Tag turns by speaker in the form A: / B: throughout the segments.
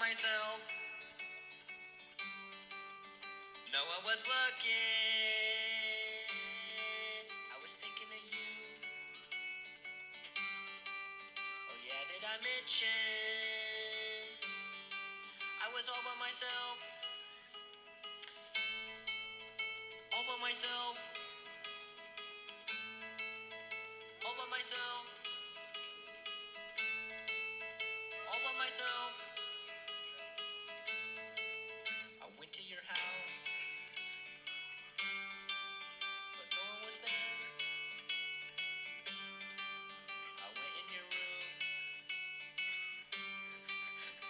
A: myself. No one was looking. I was thinking of you. Oh yeah, did I mention? I was all by myself. All by myself. All by myself. All by myself. I went to your house, but no one was there. I went in your room.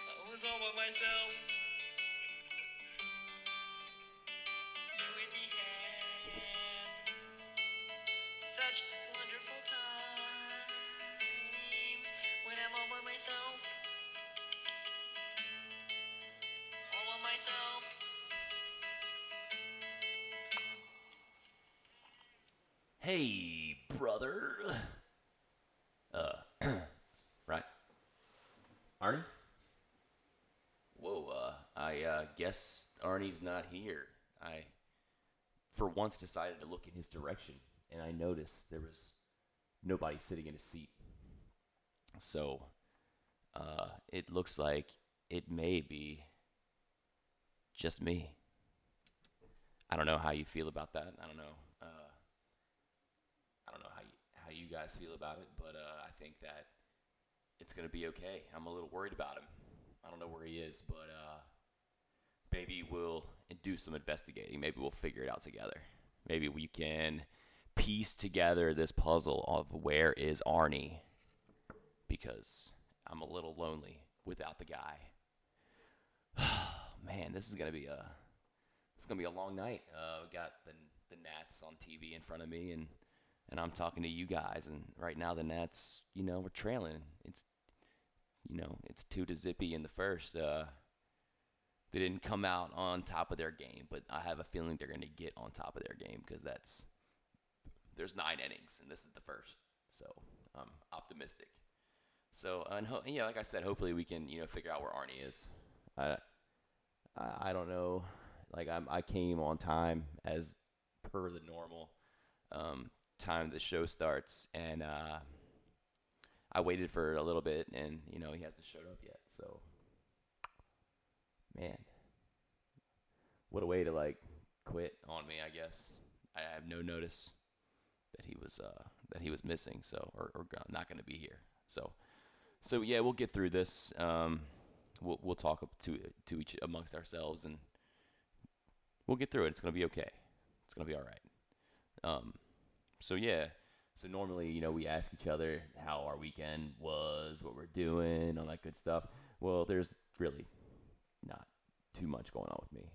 A: I was all by myself. You and me had such wonderful times when I'm all by myself. All by myself.
B: Hey, brother. Uh, right. Arnie? Whoa, uh, I uh, guess Arnie's not here. I, for once, decided to look in his direction, and I noticed there was nobody sitting in his seat. So, uh, it looks like it may be just me. I don't know how you feel about that. I don't know. Uh, I don't know how you, how you guys feel about it, but uh, I think that it's gonna be okay. I'm a little worried about him. I don't know where he is, but uh, maybe we'll do some investigating. Maybe we'll figure it out together. Maybe we can piece together this puzzle of where is Arnie, because I'm a little lonely without the guy. Man, this is gonna be a it's gonna be a long night. Uh, we got the the Nats on TV in front of me, and and I'm talking to you guys. And right now, the Nats, you know, we're trailing. It's you know, it's two to Zippy in the first. Uh, they didn't come out on top of their game, but I have a feeling they're gonna get on top of their game because that's there's nine innings, and this is the first, so I'm optimistic. So and ho- yeah, like I said, hopefully we can you know figure out where Arnie is. I I, I don't know. Like I'm, I came on time as per the normal um, time the show starts, and uh, I waited for a little bit, and you know he hasn't showed up yet. So, man, what a way to like quit on me. I guess I have no notice that he was uh, that he was missing, so or, or go- not going to be here. So, so yeah, we'll get through this. Um, we'll we'll talk up to to each amongst ourselves, and we'll get through it. It's going to be okay. It's going to be all right. Um, so yeah. So normally, you know, we ask each other how our weekend was, what we're doing, all that good stuff. Well, there's really not too much going on with me.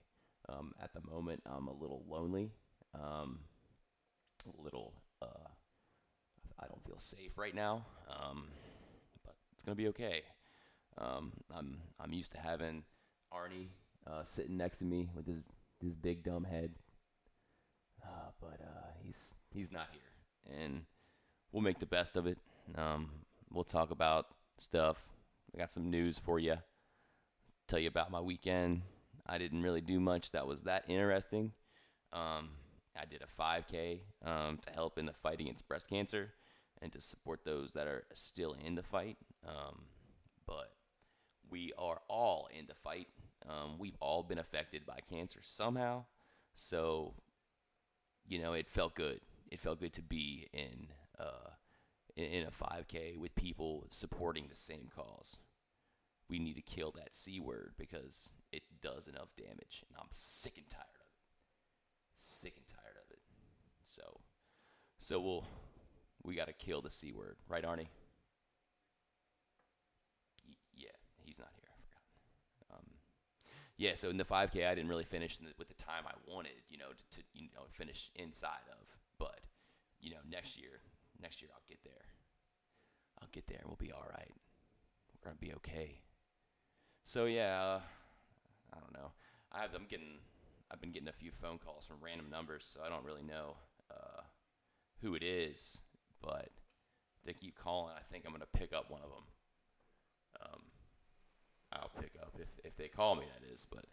B: Um, at the moment, I'm a little lonely. Um, a little, uh, I don't feel safe right now. Um, but it's gonna be okay. Um, I'm I'm used to having Arnie uh, sitting next to me with his his big dumb head uh, but uh, he's he's not here, and we'll make the best of it. Um, we'll talk about stuff. I got some news for you. Tell you about my weekend. I didn't really do much that was that interesting. Um, I did a 5K um, to help in the fight against breast cancer and to support those that are still in the fight. Um, but we are all in the fight. Um, we've all been affected by cancer somehow. So you know, it felt good. It felt good to be in uh, in, in a 5K with people supporting the same cause. We need to kill that C word because it does enough damage, and I'm sick and tired of it. Sick and tired of it. So, so we'll we got to kill the C word, right, Arnie? Y- yeah, he's not here. I forgot Um, yeah, so in the 5K, I didn't really finish in the, with the time I wanted, you know, to, to you know finish inside of. But you know, next year, next year I'll get there. I'll get there, and we'll be all right. We're gonna be okay. So yeah, uh, I don't know. I've, I'm getting, I've been getting a few phone calls from random numbers, so I don't really know uh, who it is, but they keep calling. I think I'm gonna pick up one of them. Um, I'll pick up if if they call me, that is. But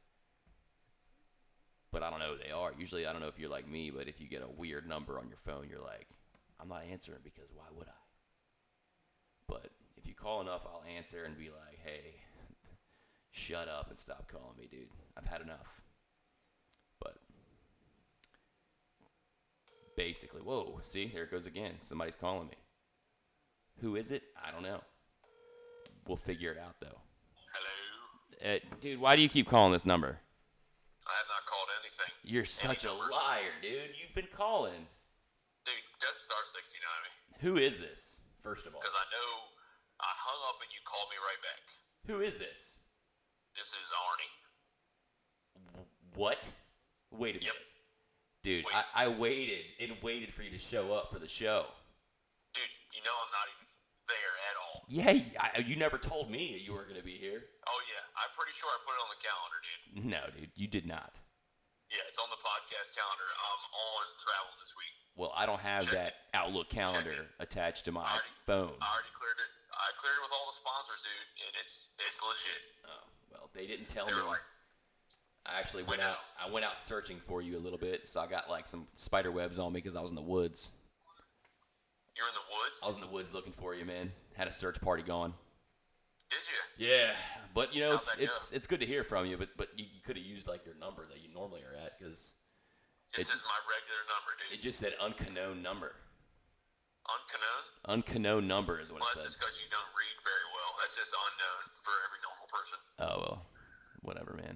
B: but I don't know who they are. Usually, I don't know if you're like me, but if you get a weird number on your phone, you're like, I'm not answering because why would I? But if you call enough, I'll answer and be like, hey, shut up and stop calling me, dude. I've had enough. But basically, whoa, see, here it goes again. Somebody's calling me. Who is it? I don't know. We'll figure it out though.
C: Hello.
B: Uh, dude, why do you keep calling this number?
C: I have not called anything.
B: You're such a liar, dude. You've been calling.
C: Dude, Dead Star 69 me.
B: Who is this? First of all,
C: Because I know I hung up and you called me right back.
B: who is this?
C: This is Arnie.
B: What? Wait a minute.
C: Yep.
B: Dude,
C: Wait.
B: I, I waited and waited for you to show up for the show.
C: Dude, you know I'm not even there at all.
B: Yeah, I, you never told me that you weren't going to be here.
C: Oh, yeah. I'm pretty sure I put it on the calendar, dude.
B: No, dude, you did not.
C: Yeah, it's on the podcast calendar. I'm on travel this week.
B: Well, I don't have
C: Check
B: that Outlook calendar attached to my
C: Alright.
B: phone. Oh,
C: I already cleared it. I cleared it with all the sponsors, dude, and it's it's legit.
B: Oh, well, they didn't tell me.
C: They were like,
B: I actually
C: "Wait
B: went
C: a
B: out. I went out searching for you a little bit, so I got like some spider webs on me because I was in the woods.
C: you're in the woods?
B: I was in the woods looking for you, man. Had a search party going.
C: Did you?
B: Yeah, but you know,
C: How'd
B: it's
C: that go?
B: it's, it's good to hear from you. But but you, you could have used like your number that you normally are at because
C: This
B: It-
C: is my regular number,
B: it
C: dude.
B: just said unknown number.
C: Unknown?
B: Unknown number is what
C: Well,
B: it
C: that's
B: said.
C: just because you don't read very well. That's just unknown for every normal person.
B: Oh well, whatever, man.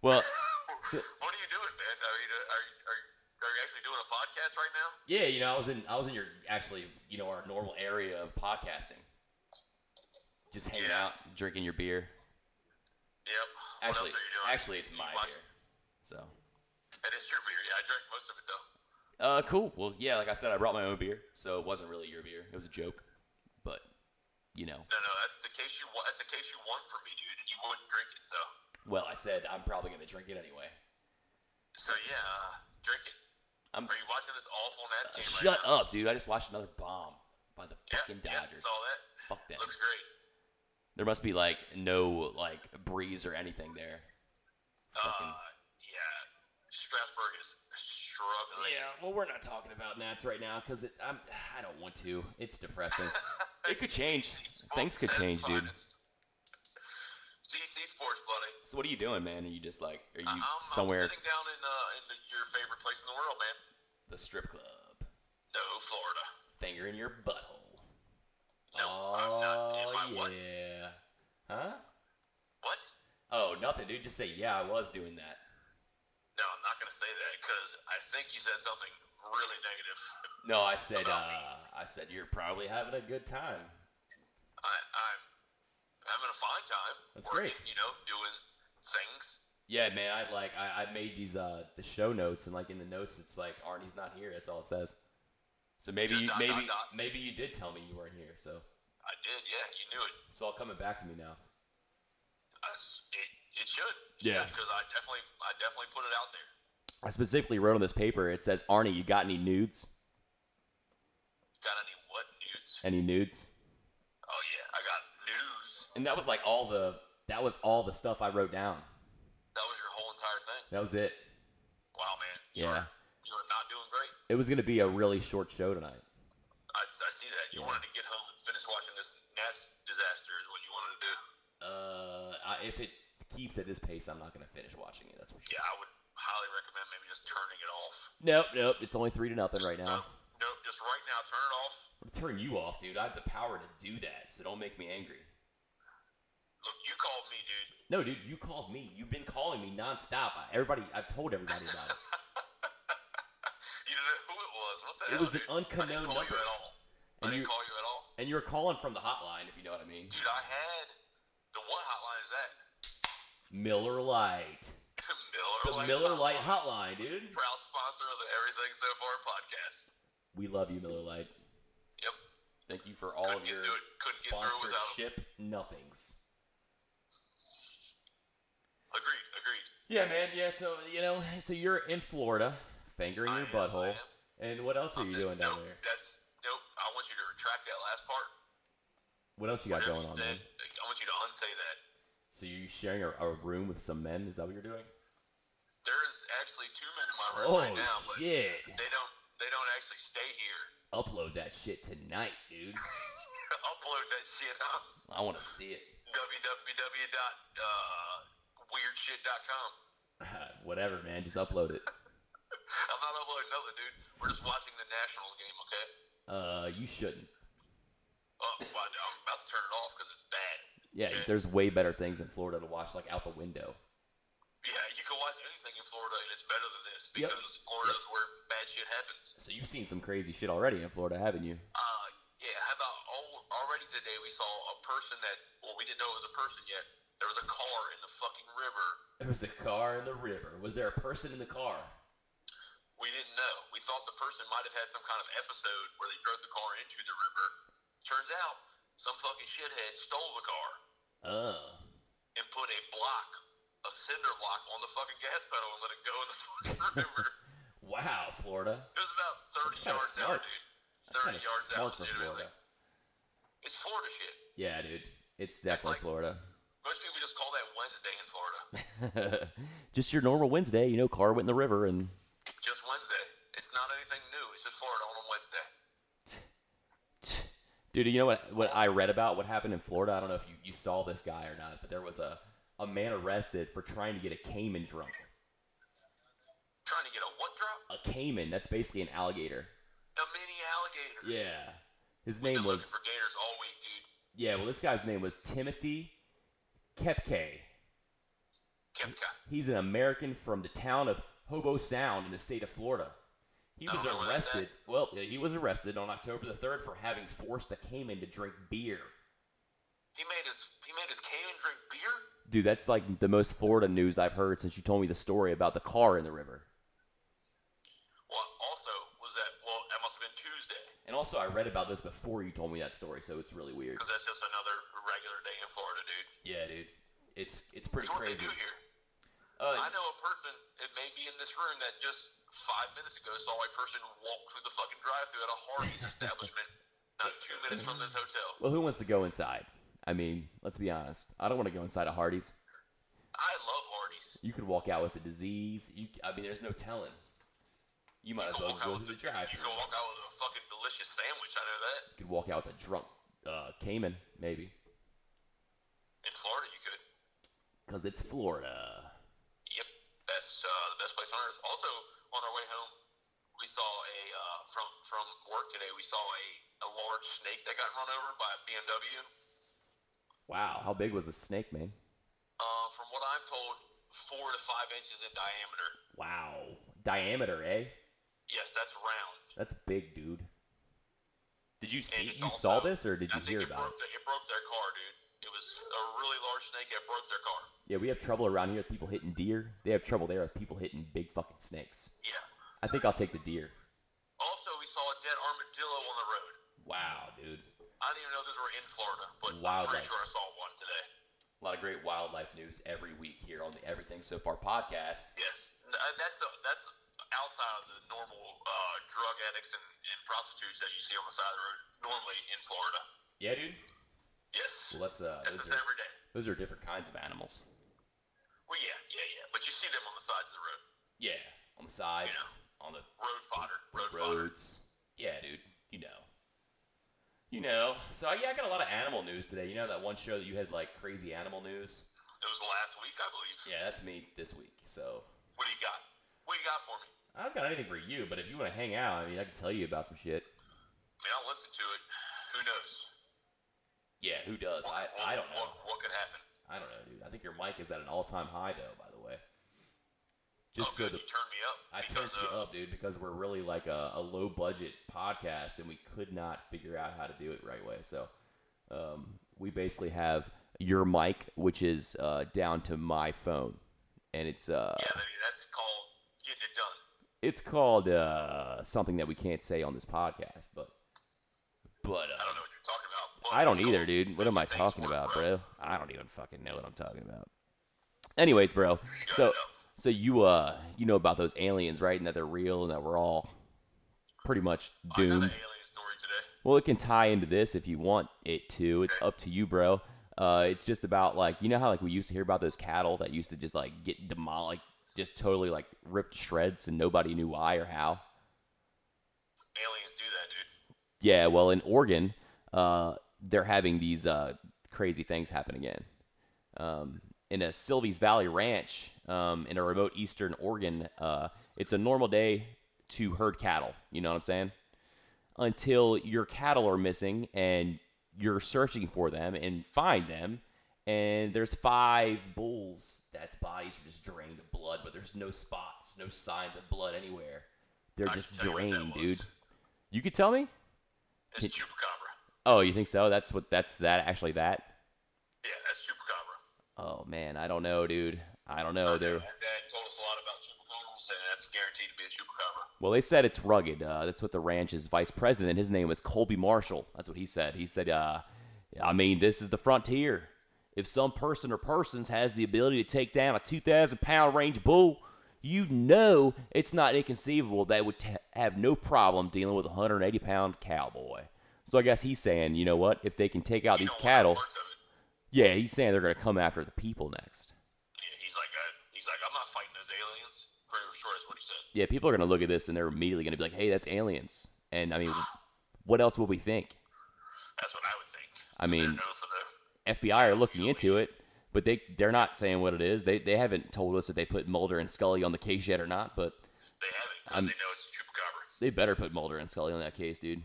B: Well,
C: what are you doing, man? Are you, are, you, are, you, are you actually doing a podcast right now?
B: yeah, you know, I was in I was in your actually you know our normal area of podcasting, just hanging
C: Yeah.
B: out, drinking your beer.
C: Yep. what
B: Actually,
C: else are you doing?
B: actually, it's
C: You
B: my
C: watch-
B: beer. So,
C: It is your beer. Yeah, I drank most of it though.
B: uh, cool. Well, yeah, like I said, I brought my own beer, so it wasn't really your beer. It was a joke, but you know,
C: No, no, that's the case you wa- that's the case you won from me, dude. And you wouldn't drink it, so
B: well, I said I'm probably gonna drink it anyway.
C: so yeah, uh, drink it.
B: I'm-
C: Are you watching this awful Nats game right
B: Shut
C: now?
B: up, dude. I just watched another bomb by the
C: Yeah,
B: fucking
C: yeah,
B: Dodgers.
C: saw that.
B: Fuck them.
C: Looks great.
B: There must be like no like breeze or anything there. Fucking-
C: Uh, yeah, Strasburg is struggling.
B: Yeah, well, we're not talking about Nats right now because I'm I don't want to. It's depressing. it could change.
C: GC Sports
B: Things could
C: has
B: change, dude.
C: finest. GC Sports, buddy.
B: So what are you doing, man? Are you just like are you
C: I- I'm,
B: somewhere
C: I'm sitting down in, uh, in the, your favorite place in the world, man.
B: the strip club,
C: No, Florida.
B: finger in your butthole?
C: No, I'm not in
B: oh
C: my what?
B: yeah. Huh?
C: What?
B: Oh nothing, dude. Just say yeah. I was doing that.
C: No, I'm not gonna say that because I think you said something really negative.
B: No, I said uh,
C: About me.
B: I said you're probably having a good time.
C: I, I'm having a fine time.
B: That's
C: working,
B: great.
C: You know, doing things.
B: Yeah, man. I like I, I made these uh the show notes and like in the notes it's like Arnie's not here. That's all it says. So maybe
C: Just
B: you,
C: dot,
B: maybe
C: dot, dot.
B: maybe you did tell me you weren't here. So
C: I did, yeah. You knew it.
B: it's all coming back to me now.
C: I s it, it should.
B: Yeah.
C: Because I definitely, I definitely put it out there.
B: I specifically wrote on this paper. It says Arnie, you got any nudes?
C: Got any what news?
B: Any nudes?
C: Oh yeah, I got news.
B: And that was like all the that was all the stuff I wrote down.
C: That was your whole entire thing.
B: That was it.
C: Wow, man. You
B: Yeah.
C: Are, you are not doing great.
B: It was gonna be a really short show tonight.
C: I, I see that. You
B: Yeah.
C: wanted to get home and finish watching this Nats disaster is what you wanted to do.
B: Uh, I, if it keeps at this pace, I'm not gonna finish watching it. That's for sure.
C: Yeah, I would highly recommend maybe just turning it off.
B: Nope, nope. It's only three to nothing right now.
C: Nope, nope. Just right now, turn it off.
B: Turn you off, dude. I have the power to do that, so don't make me angry.
C: Look, you called me, dude.
B: No, dude, you called me. You've been calling me nonstop. I, everybody, I've told everybody about it.
C: You didn't know who it was. What the
B: It
C: hell?
B: was an
C: dude? I
B: unknown
C: didn't call
B: number,
C: you at all. I
B: And
C: didn't
B: you-
C: call you at all,
B: and you were calling from the hotline, if you know what I mean.
C: dude. I had the what hotline is that?
B: Miller Lite,
C: Miller.
B: the
C: Lite
B: Miller Lite hotline,
C: Hotline.
B: dude.
C: Proud sponsor of the Everything So Far podcast.
B: We love you, Miller Lite.
C: Yep.
B: Thank you for all
C: Couldn't
B: of
C: get
B: your
C: through it. Couldn't get through it without 'em.
B: sponsorship nothings.
C: Agreed. Agreed.
B: Yeah, man. Yeah, so you know, so you're in Florida, fingering your
C: I am, I
B: butthole,
C: am.
B: and what else are you
C: Uh,
B: doing down
C: nope,
B: there?
C: That's nope. I want you to retract that last part.
B: What else you got
C: Whatever
B: going
C: you
B: on,
C: said,
B: man?
C: I want you to unsay that.
B: So you're sharing a, a room with some men? Is that what you're doing?
C: There's actually two men in my room
B: Oh
C: right now, but
B: shit!
C: they don't they don't actually stay here.
B: Upload that shit tonight, dude.
C: Upload that shit up.
B: I want to see it.
C: uh, www.weirdshit.com.
B: Whatever, man. Just upload it.
C: I'm not uploading nothing, dude. We're just watching the Nationals game, okay?
B: Uh, you shouldn't.
C: Oh, well, I'm about to turn it off because it's bad.
B: Yeah,
C: Okay.
B: there's way better things in Florida to watch, like out the window.
C: Yeah, you can watch anything in Florida and it's better than this
B: Yep.
C: because Florida's where bad shit happens.
B: So you've seen some crazy shit already in Florida, haven't you?
C: Uh, yeah, how about oh, already today we saw a person that, well, we didn't know it was a person yet. There was a car in the fucking river.
B: There was a car in the river. Was there a person in the car?
C: We didn't know. We thought the person might have had some kind of episode where they drove the car into the river. Turns out some fucking shithead stole the car
B: Oh.
C: and put a block, a cinder block, on the fucking gas pedal and let it go in the fucking river.
B: Wow, Florula.
C: It was about 30
B: That's kinda
C: yards out,
B: smart.
C: dude.
B: That's
C: 30
B: kinda
C: yards
B: smart
C: out,
B: for
C: dude.
B: Florida.
C: Like, it's Florida shit.
B: Yeah, dude. It's definitely
C: like-
B: Florida.
C: Most people just call that Wednesday in Florida.
B: Just your normal Wednesday, you know, car went in the river and
C: Just Wednesday. It's not anything new. It's just Florida on a Wednesday.
B: Dude, you know what what I read about what happened in Florida? I don't know if you, you saw this guy or not, but there was a, a man arrested for trying to get a caiman drunk.
C: Trying to get a what drop?
B: A caiman, that's basically an alligator.
C: A mini alligator.
B: Yeah. His
C: Been
B: name was
C: looking for gators all week, dude.
B: Yeah, well this guy's name was Timothy Kepke.
C: Kepka.
B: He's an American from the town of Hobo Sound in the state of Florida. He
C: Oh, I
B: was
C: don't know where that's
B: arrested. Well, he was arrested on October the 3rd for having forced a caiman to drink beer.
C: He made his he made his Cayman drink beer.
B: Dude, that's like the most Florida news I've heard since you told me the story about the car in the river.
C: Well, also was that well that must have been Tuesday
B: And also, I read about this before you told me that story, so it's really weird.
C: because that's just another regular day in Florida, dude.
B: Yeah, dude, it's it's pretty
C: It's what
B: crazy.
C: they do here.
B: Uh,
C: I know a person. It may be in this room that just five minutes ago saw a person walk through the fucking drive-through at a Hardee's establishment, not two minutes from this hotel.
B: well, who wants to go inside? I mean, let's be honest. I don't want to go inside a Hardee's.
C: I love Hardee's.
B: You could walk out with a disease. You, I mean, there's no telling. You might as
C: can
B: well
C: walk out
B: go
C: with
B: through the
C: a- You
B: drive-through.
C: can walk out with a fucking delicious sandwich. I know that.
B: You could walk out with a drunk uh, Cayman, maybe,
C: In Florida, you could.
B: because it's Florida.
C: Yep, that's uh, the best place on earth. Also, on our way home, we saw a uh, from from work today. We saw a, a large snake that got run over by a BMW.
B: Wow, how big was the snake, man?
C: Uh, from what I'm told, four to five inches in diameter.
B: Wow, diameter, eh?
C: Yes, that's round.
B: That's big, dude. Did you see? You
C: it's
B: saw
C: also-
B: this, or did
C: I
B: you
C: think
B: hear
C: it
B: about it?
C: broke The, it broke their car, dude. It was a really large snake that broke their car.
B: Yeah, we have trouble around here with people hitting deer. They have trouble there with people hitting big fucking snakes.
C: Yeah.
B: I think I'll take the deer.
C: Also, we saw a dead armadillo on the road.
B: Wow, dude.
C: I don't even know if those were in Florida, but I'm
B: Wildlife.
C: pretty sure I saw one today.
B: A lot of great wildlife news every week here on the Everything So Far podcast.
C: Yes, n- uh, that's uh that's outside of the normal uh, drug addicts and, and prostitutes that you see on the side of the road normally in Florida.
B: Yeah, dude.
C: Yes,
B: Well, that's uh,
C: that's
B: those
C: just
B: are,
C: every day.
B: those are different kinds of animals.
C: Well, yeah, yeah, yeah. But you see them on the sides of the road,
B: Yeah, on the sides, on the
C: road fodder, road fodder.
B: roads. Yeah, dude. You know. You know. So yeah, I got a lot of animal news today. You know that one show that you had like crazy animal news.
C: It was last week, I believe.
B: Yeah, that's me this week. So
C: What do you got? What do you got for me?
B: I don't got anything for you, but if you want to hang out, I mean, I can tell you about some shit.
C: I mean, I'll listen to it. Who knows?
B: Yeah, who does?
C: What,
B: I,
C: what-
B: I don't know.
C: What, what could happen?
B: I don't know, dude. I think your mic is at an all time high, though. By the way, just
C: oh,
B: so
C: good.
B: the
C: you turned me up
B: I turned
C: because
B: you
C: uh,
B: up, dude, because we're really like a, a low budget podcast, and we could not figure out how to do it right way. So um, we basically have your mic, which is uh, down to my phone, and it's uh,
C: yeah, I mean, that's called getting it done.
B: it's called uh, something that we can't say on this podcast, but but
C: I
B: uh,
C: don't know what you're talking about. but
B: I don't
C: it's
B: either,
C: called
B: dude. What am I
C: making things
B: talking
C: work,
B: about, bro? I don't even fucking know what I'm talking about. Anyways, bro.
C: Shut
B: So
C: it up.
B: so you uh you know about those aliens, right? And that they're real and that we're all pretty much
C: I got
B: doomed.
C: an alien story today.
B: Well, it can tie into this if you want it to. It's
C: Okay.
B: up to you, bro. Uh, it's just about like you know how like we used to hear about those cattle that used to just like get demolished, just totally like ripped to shreds, and nobody knew why or how.
C: Aliens do that, dude.
B: Yeah, well, in Oregon, uh, they're having these uh, crazy things happen again. Um, in a Sylvie's Valley ranch um, in a remote eastern Oregon, uh, it's a normal day to herd cattle. You know what I'm saying? Until your cattle are missing and you're searching for them and find them, and there's five bulls that's bodies are just drained of blood, but there's no spots, no signs of blood anywhere. They're
C: I can
B: just
C: tell you what that
B: drained, dude.
C: was.
B: You could tell me?
C: It's chupacabra.
B: Oh, you think so? That's what that's that actually that?
C: Yeah, that's chupacabra.
B: Oh man, I don't know, dude. I don't know. They're
C: That, that told us a lot about chupacabras, and that's guaranteed to be a chupacabra.
B: well, they said it's rugged. Uh, that's what the ranch's vice president. His name was Colby Marshall. That's what he said. He said, uh, "I mean, this is the frontier. If some person or persons has the ability to take down a 2,000 pound range bull, you know it's not inconceivable they would t- have no problem dealing with a 180 pound cowboy." So I guess he's saying, you know what? If they can take out
C: You
B: these
C: don't want
B: cattle,
C: parts of it.
B: yeah, he's saying they're going to come after the people next.
C: Yeah, he's like, uh, he's like, I'm not fighting those aliens. Pretty sure that's what he said.
B: yeah, people are gonna look at this and they're immediately gonna be like, "Hey, that's aliens." And I mean, what else will we think?
C: That's what I would think.
B: I mean,
C: They're known for their
B: FBI are looking into it, but they they're not saying what it is. They they haven't told us if they put Mulder and Scully on the case yet or not, but
C: They have it. 'cause
B: I'm-
C: They know it's chupacabra.
B: they better put Mulder and Scully on that case, dude.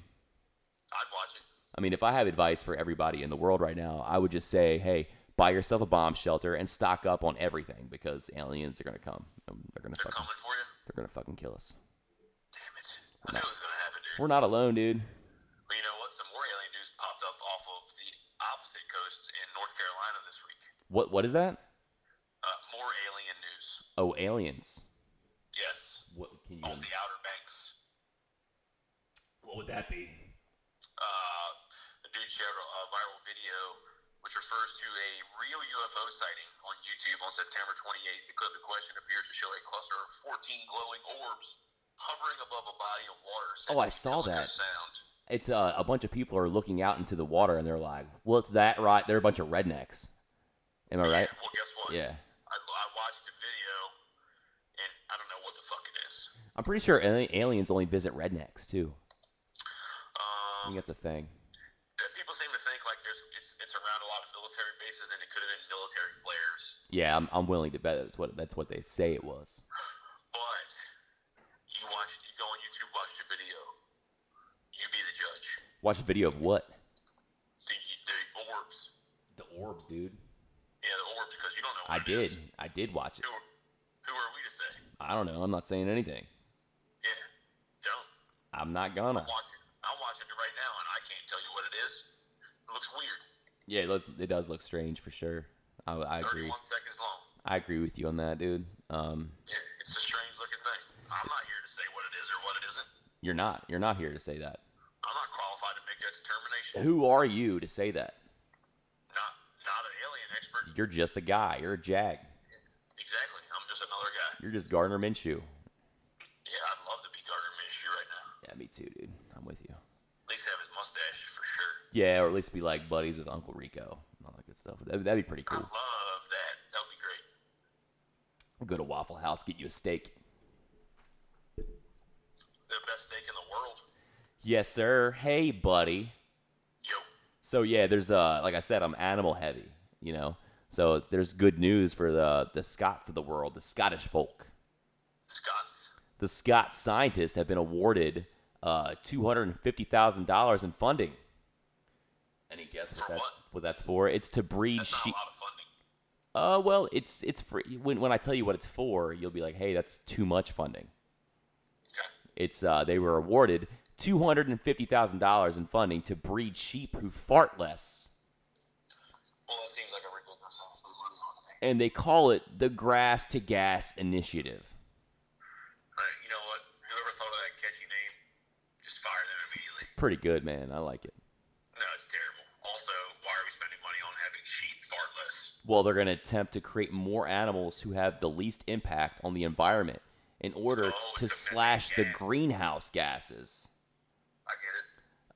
C: I'd watch it.
B: I mean, if I have advice for everybody in the world right now, I would just say, "Hey, buy yourself a bomb shelter and stock up on everything because aliens are gonna come. and They're gonna
C: They're
B: fucking
C: coming for you.
B: they're gonna fucking kill us.
C: Damn it. I knew it was gonna happen, dude.
B: We're not alone, dude."
C: But you know what? Some more alien news popped up off of the opposite coast in North Carolina this week.
B: What what is that?
C: Uh, more alien news.
B: Oh, aliens.
C: Yes.
B: What can you?
C: Off the Outer Banks.
B: What would that be?
C: Uh, a dude shared a, a viral video which refers to a real UFO sighting on YouTube on September 28th. The clip in question appears to show a cluster of 14 glowing orbs hovering above a body of water.
B: Oh, I
C: sending
B: saw
C: delicate
B: that.
C: Sound.
B: it's uh, a bunch of people are looking out into the water and they're like, "What's that?" Right? They're a bunch of rednecks. Am I right?
C: Yeah, well, guess what?
B: Yeah.
C: I, I watched the video, and I don't know what the fuck it is.
B: I'm pretty sure ali- aliens only visit rednecks too. I
C: Um,
B: think that's a thing.
C: that people seem to think like there's it's, it's around a lot of military bases, and it could have been military flares.
B: Yeah, I'm, I'm willing to bet that's what that's what they say it was.
C: But you watch, you go on YouTube, watch the video. You be the judge.
B: Watch a video of what?
C: The, the orbs,
B: The orbs, dude.
C: yeah, the orbs, because you don't know.
B: I
C: What it
B: did.
C: is.
B: I did watch it.
C: Who, who are we to say?
B: I don't know. I'm not saying anything.
C: Yeah, don't.
B: I'm not gonna.
C: I'm watching. I'm watching it right now, and I can't tell you what it is. It looks weird.
B: Yeah, it, does, it does look strange for sure. I, I agree.
C: 31 seconds long.
B: I agree with you on that, dude. Um,
C: Yeah, it's a strange looking thing. I'm not here to say what it is or what it isn't.
B: you're not. You're not here to say that.
C: I'm not qualified to make that determination.
B: Who are you to say that?
C: Not not an alien expert.
B: You're just a guy. You're a jag.
C: Exactly. I'm just another guy.
B: You're just Gardner Minshew.
C: Yeah, I'd love to be Gardner Minshew right now.
B: Yeah, me too, dude. I'm with you.
C: At least have his mustache for sure.
B: Yeah, or at least be like buddies with Uncle Rico and all that good stuff. That'd, that'd be pretty
C: I
B: cool.
C: love that. That would be great.
B: Go to Waffle House, get you a steak.
C: The best steak in the world.
B: Yes, sir. Hey, buddy.
C: Yo,
B: So yeah, there's uh, like I said, I'm animal heavy, you know. So there's good news for the the Scots of the world, the Scottish folk.
C: Scots.
B: The Scots scientists have been awarded uh, two hundred and fifty thousand dollars in funding. Any guess what
C: For
B: that's,
C: what?
B: what that's for? It's to breed
C: That's not
B: sheep.
C: a lot of funding.
B: Uh, well, it's it's free. When when I tell you what it's for, you'll be like, "Hey, that's too much funding."
C: Okay.
B: It's uh, they were awarded two hundred and fifty thousand dollars in funding to breed sheep who fart less,
C: Well, that seems like a ridiculous amount of money on me.
B: and they call it the Grass to Gas Initiative.
C: Alright, you know what? Whoever thought of that catchy name, just fire them immediately.
B: Pretty good, man. I like it.
C: No, it's terrible. Also, why are we spending money on having sheep fart less?
B: Well, they're going to attempt to create more animals who have the least impact on the environment in order
C: Oh,
B: to
C: it's a methane
B: slash the
C: gas.
B: greenhouse gases.
C: I get it.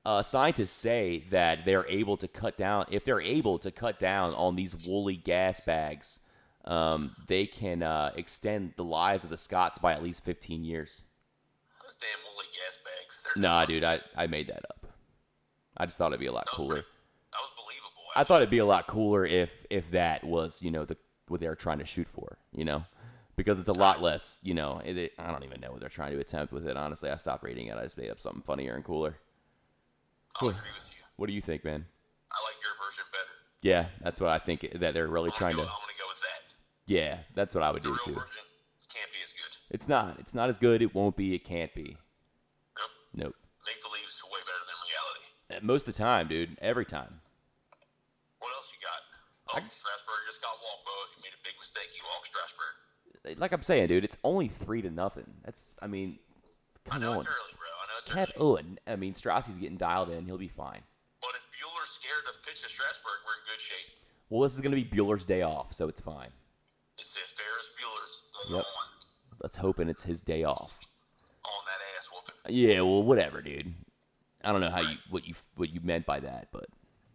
B: Uh, scientists say that they're able to cut down if they're able to cut down on these woolly gas bags. Um, they can uh, extend the lives of the Scots by at least 15 years.
C: Those damn woolly gas bags. They're,
B: Nah, dude, I, I made that up. I just thought it'd be a lot
C: That was
B: cooler.
C: pretty- That was believable.
B: I thought it'd be a lot cooler if if that was you know the what they were trying to shoot for, you know, because it's a lot less. You know, it, it- I don't even know what they're trying to attempt with it. Honestly, I stopped reading it. I just made up something funnier and cooler.
C: I'll agree with you.
B: What do you think, man?
C: I like your version better.
B: Yeah, that's what I think it- that they're really
C: I'm
B: trying
C: gonna
B: to.
C: go, I'm gonna go with that.
B: Yeah, that's what I would
C: The
B: do
C: real
B: too.
C: version can't be as good.
B: It's not. It's not as good. It won't be. It can't be.
C: Nope.
B: Nope.
C: Make believe's way better than reality.
B: Uh, Most of the time, dude. Every time.
C: What else you got? Oh,
B: I-
C: Strasburg just got walked. Well, he made a big mistake. He walked Strasburg.
B: Uh, Like I'm saying, dude. It's only three to nothing. That's. I mean,
C: I
B: come
C: know
B: on.
C: it's early, bro. I know it's
B: Ted
C: early.
B: Owen. I mean, Strassi's getting dialed in. He'll be fine.
C: But if Bueller's scared to pitch to Strasburg, we're in good shape.
B: Well, this is going to be Bueller's day off, so it's fine.
C: It's as fair as Bueller's
B: Yep.
C: on,
B: Let's hoping it's his day off.
C: on that ass whooping.
B: Yeah, well, whatever, dude. I don't know how you what you what you meant by that, but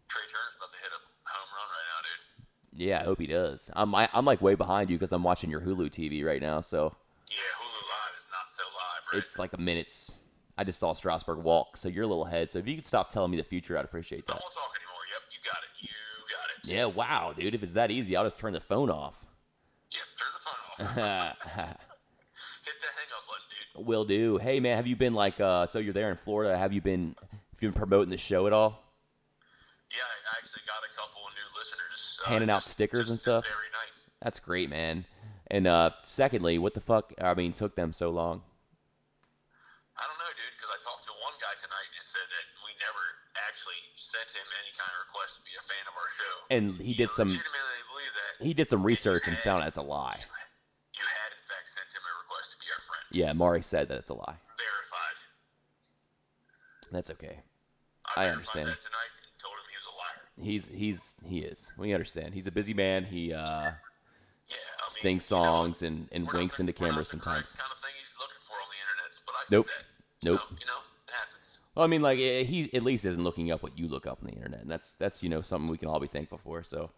C: Trey Turner's about to hit a home run right now, dude.
B: yeah, I hope he does. I'm I, I'm like way behind you because I'm watching your Hulu TV right now, so
C: Yeah, Hulu Live is not so live, right?
B: it's like a minutes. I just saw Strasburg walk, so you're a little ahead. So if you could stop telling me the future, I'd appreciate
C: I
B: that.
C: won't talk anymore. Yep, you got it. You got it.
B: Yeah, wow, dude. If it's that easy, I'll just turn the phone off.
C: Yep, turn the phone off.
B: Uh-huh.
C: Hit the hang up button, dude.
B: Will do. Hey, man, have you been like uh? So you're there in Florida. Have you been have you been promoting the show at all?
C: Yeah, I actually got a couple of new listeners. Uh,
B: Handing out
C: just-
B: stickers
C: just
B: and stuff?
C: This very night.
B: That's great, man. And uh, secondly, what the fuck? I mean, took them so long.
C: I don't know, dude, because I talked to one guy tonight and it said that we never actually sent him any kind of request to be a fan of our show.
B: And he did some
C: Legitimately believe that
B: he did some research and found out it's a lie.
C: you had in fact sent him a request to be our friend.
B: Yeah, Mari said that it's a lie.
C: Verified.
B: That's okay. I
C: I, verified
B: understand.
C: That tonight and told him he was a liar.
B: He's he's he is. We understand. He's a busy man. He uh,
C: Yeah, I mean,
B: sings songs and
C: you
B: and
C: know, we're
B: winks
C: not the-
B: into
C: we're not
B: cameras
C: the
B: sometimes.
C: correct Kind of thing he's looking for on the internet, but I
B: Nope.
C: did that.
B: Nope.
C: So, you know, it happens.
B: Well, I mean, like eh, he at least isn't looking up what you look up on the internet, and that's that's you know something we can all be thankful for. So.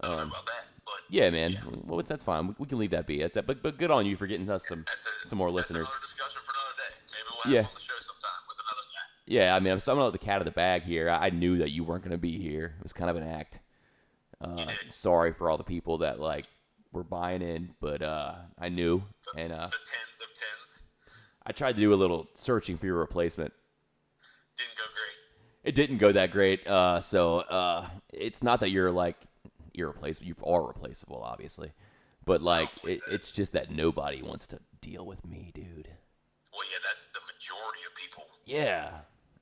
C: I don't
B: Um,
C: know about that, but
B: yeah, man. Well, that's fine. We, we can leave that be. That's it. But but good on you for getting us some
C: that's a,
B: some more
C: that's
B: listeners.
C: Another discussion for another day. Maybe we'll have
B: Yeah.
C: him on the show sometime with another guy.
B: Yeah, I mean, I'm gonna let the cat out of the bag here. I I knew that you weren't gonna be here. It was kind of an act. Uh, sorry for all the people that like were buying in, but uh, I knew, and uh,
C: The tens of tens
B: I tried to do a little searching for your replacement.
C: didn't go great.
B: It didn't go that great, uh, so uh, it's not that you're like irreplaceable. You are replaceable, obviously, but like it, it's just that nobody wants to deal with me, dude.
C: Well, yeah, that's the majority of people.
B: Yeah,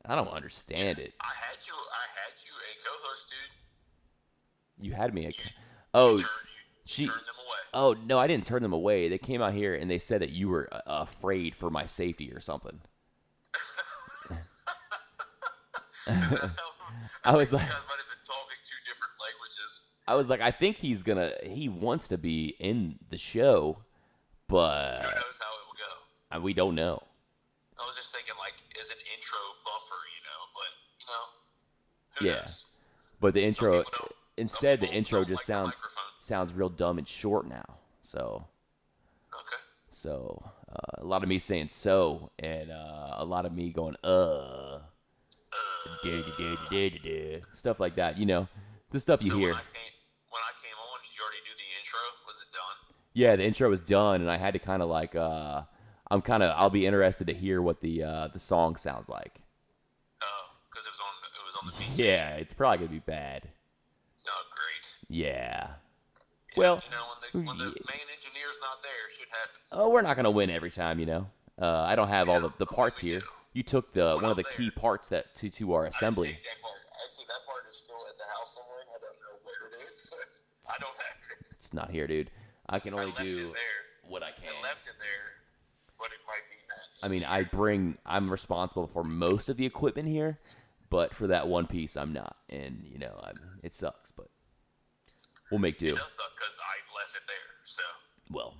B: I don't understand it.
C: I had you, I had you a co-host, dude.
B: You had me. A,
C: You
B: oh,
C: turned, you
B: she.
C: turned them away.
B: Oh no, I didn't turn them away. They came out here and they said that you were uh, afraid for my safety or something. I was
C: think
B: like-
C: you guys might have been talking two different languages.
B: I was like, I think he's gonna. He wants to be in the show, but
C: Who knows how it will go?
B: uh, we don't know.
C: I was just thinking, like, as an intro buffer, you know, but you know, who
B: Yeah.
C: knows?
B: But the
C: Some
B: intro,
C: people don't-
B: instead, the
C: people
B: intro
C: don't
B: just
C: like the
B: sounds
C: microphones.
B: sounds real dumb and short now. So,
C: Okay.
B: so uh, a lot of me saying so, and uh, a lot of me going uh, da-da-da-da-da-da, stuff like that. You know, the stuff you
C: so
B: hear.
C: when I came, when I came on, did you already do the intro? Was it done?
B: yeah the intro was done and i had to kind of like uh i'm kind of i'll be interested to hear what the uh the song sounds like
C: Oh, because it was on, it was on the PC.
B: yeah it's probably gonna be bad
C: Oh, great.
B: yeah
C: Yeah,
B: Well,
C: you know,
B: who
C: when the, when the
B: ye-
C: main engineer's not there, shit happens.
B: oh we're not gonna win every time you know uh i don't have all the, the
C: Yeah,
B: parts
C: we
B: here
C: do.
B: you took the
C: We're
B: one of the
C: not
B: key
C: there.
B: parts that to to our
C: I
B: assembly
C: didn't take that part. Actually, that part is still at the house somewhere. I don't know where it is, but I don't have it.
B: it's not here dude i can
C: I
B: only
C: left
B: do
C: it there.
B: what i
C: I
B: can
C: left it there, but it might be
B: i
C: not.
B: mean i bring i'm responsible for most of the equipment here but for that one piece i'm not and you know I'm, it sucks but we'll make do
C: it does suck because I left it there. So
B: well,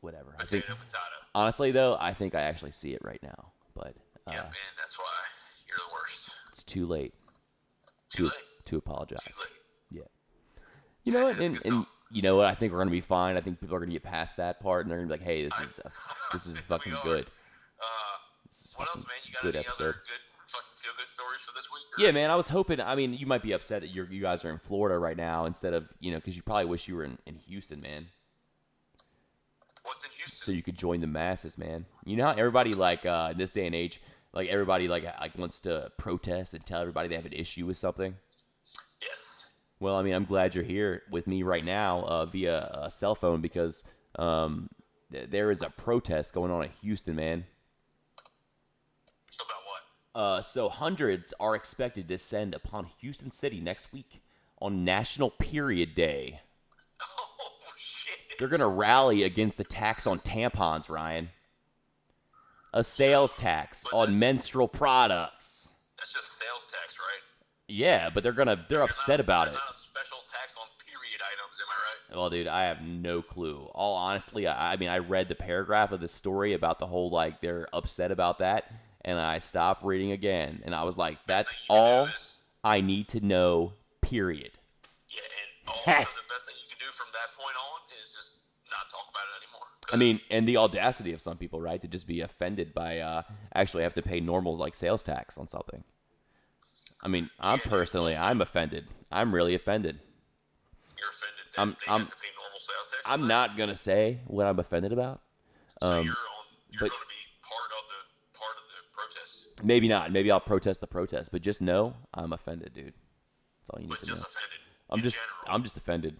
B: whatever. I think
C: potato, potato.
B: honestly though, I think I actually see it right now. But uh,
C: yeah, man, that's why you're the
B: too late to
C: Too late.
B: to apologize.
C: Too late.
B: You know what? And, and you know what? I think we're gonna be fine. I think people are gonna get past that part, and they're gonna be like, "Hey, this
C: I-
B: is this is
C: I think
B: fucking
C: we are.
B: good."
C: Oh Uh,
B: This is
C: what
B: fucking
C: else, man? You got
B: good
C: any
B: episode.
C: other good fucking feel good stories for this week? or-
B: Yeah, man. I was hoping. I mean, you might be upset that you're, you guys are in Florida right now instead of you know because you probably wish you were in, in Houston, man,
C: What's in Houston?
B: so you could join the masses, man. You know how everybody like uh, in this day and age, like everybody like like wants to protest and tell everybody they have an issue with something.
C: yes.
B: Well, I mean, I'm glad you're here with me right now uh, via uh, cell phone because um, th- there is a protest going on in Houston, man.
C: About what?
B: Uh, so hundreds are expected to descend upon Houston City next week on National Period Day.
C: Oh shit.
B: They're gonna rally against the tax on tampons, Ryan. A sales tax on menstrual products.
C: That's just sales tax, right?
B: Yeah, but they're gonna they're
C: There's
B: upset
C: not a-
B: about it.
C: There's not a special tax on period items, am I right?
B: Well, dude, I have no clue. All honestly, I, I mean, I read the paragraph of the story about the whole like they're upset about that, and I stopped reading again, and I was like,
C: Best
B: that's
C: thing you can do
B: all
C: is-
B: I need to know. Period.
C: Yeah, and also the best thing you can do from that point on is just not talk about it anymore.
B: I mean, and the audacity of some people, right, to just be offended by uh, actually have to pay normal like sales tax on something. I mean, I'm personally, I'm offended. I'm really offended.
C: you're offended. That
B: I'm-
C: they
B: I'm-
C: have to pay normal sales tax.
B: I'm
C: on
B: not gonna say what I'm offended about.
C: that. So
B: um,
C: you're on. You're
B: but-
C: going to be part of the part of the protest,
B: Maybe not. Maybe I'll protest the protest, but just know I'm offended, dude. That's all you need
C: but
B: to know.
C: just offended.
B: I'm
C: in
B: just
C: General.
B: I'm just offended,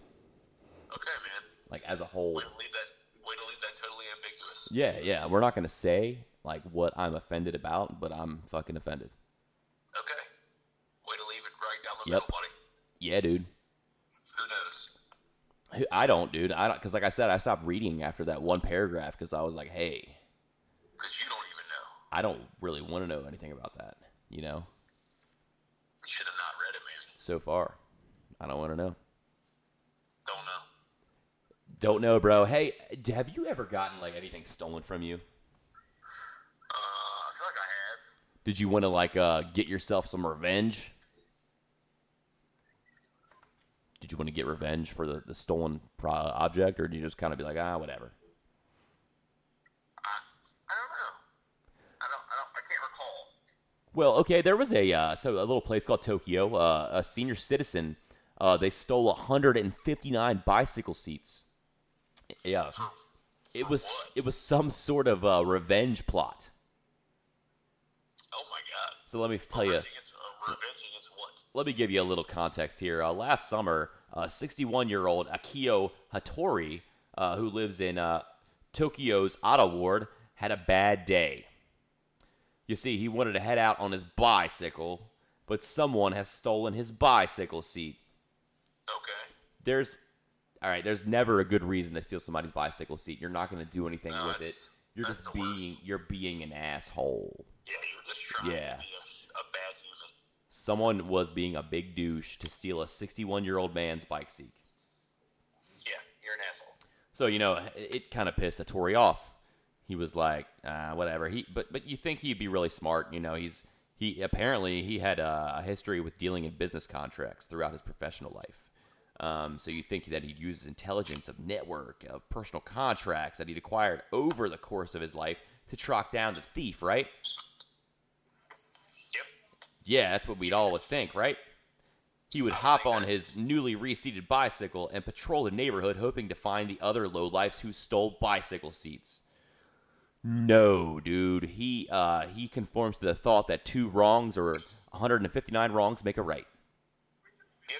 C: okay, man.
B: like as a whole.
C: Way to leave that. Way to leave that totally ambiguous.
B: Yeah, yeah. We're not gonna say like what I'm offended about, but I'm fucking offended.
C: Okay. Way to leave it right down the
B: Yep.
C: middle, buddy.
B: Yeah, dude.
C: Who knows?
B: Who- I don't, dude. I don't, cause like I said, I stopped reading after that one paragraph because I was like, hey,
C: Because you don't even know.
B: I don't really want to know anything about that, you know.
C: You should have not read it, man.
B: So far, I don't want to know.
C: Don't know.
B: Don't know, bro. Hey, d- have you ever gotten like anything stolen from you?
C: Uh, I feel like I have.
B: Did you want to like uh, get yourself some revenge? Did you want to get revenge for the, the stolen pro- object, or did you just kind of be like, ah, whatever?
C: I, I don't know. I don't. I don't. I can't recall.
B: Well, okay, there was a uh, so a little place called Tokyo. Uh, a senior citizen, uh, they stole 159 bicycle seats. Yeah, it was it was some sort of uh, revenge plot.
C: Oh my god.
B: So let me tell you.
C: Revenge against, uh, revenge against what?
B: let me give you a little context here. Uh, last summer, 61 year old Akio Hattori, uh, who lives in uh, Tokyo's Otta Ward, had a bad day. You see, he wanted to head out on his bicycle, but someone has stolen his bicycle seat.
C: Okay.
B: There's, all right, there's never a good reason to steal somebody's bicycle seat. You're not going to do anything
C: No,
B: with it.
C: that's-
B: You're
C: that's
B: just
C: the
B: being,
C: worst.
B: you're being an asshole.
C: Yeah, you were just trying
B: Yeah.
C: to be a, a bad human.
B: Someone was being a big douche to steal a 61 year old man's bike seat.
C: Yeah, you're an asshole.
B: So you know, it, it kind of pissed Atori off. He was like, uh, whatever. He but but you think he'd be really smart, you know? He's he apparently he had uh, a history with dealing in business contracts throughout his professional life. Um, so you think that he'd use his intelligence of network of personal contracts that he'd acquired over the course of his life to track down the thief, right?
C: Yep.
B: Yeah, that's what we'd all would think, right? He would hop on his newly reseated bicycle and patrol the neighborhood hoping to find the other lowlifes who stole bicycle seats. No, dude. He uh, he conforms to the thought that two wrongs or 159 wrongs make a right.
C: Yep.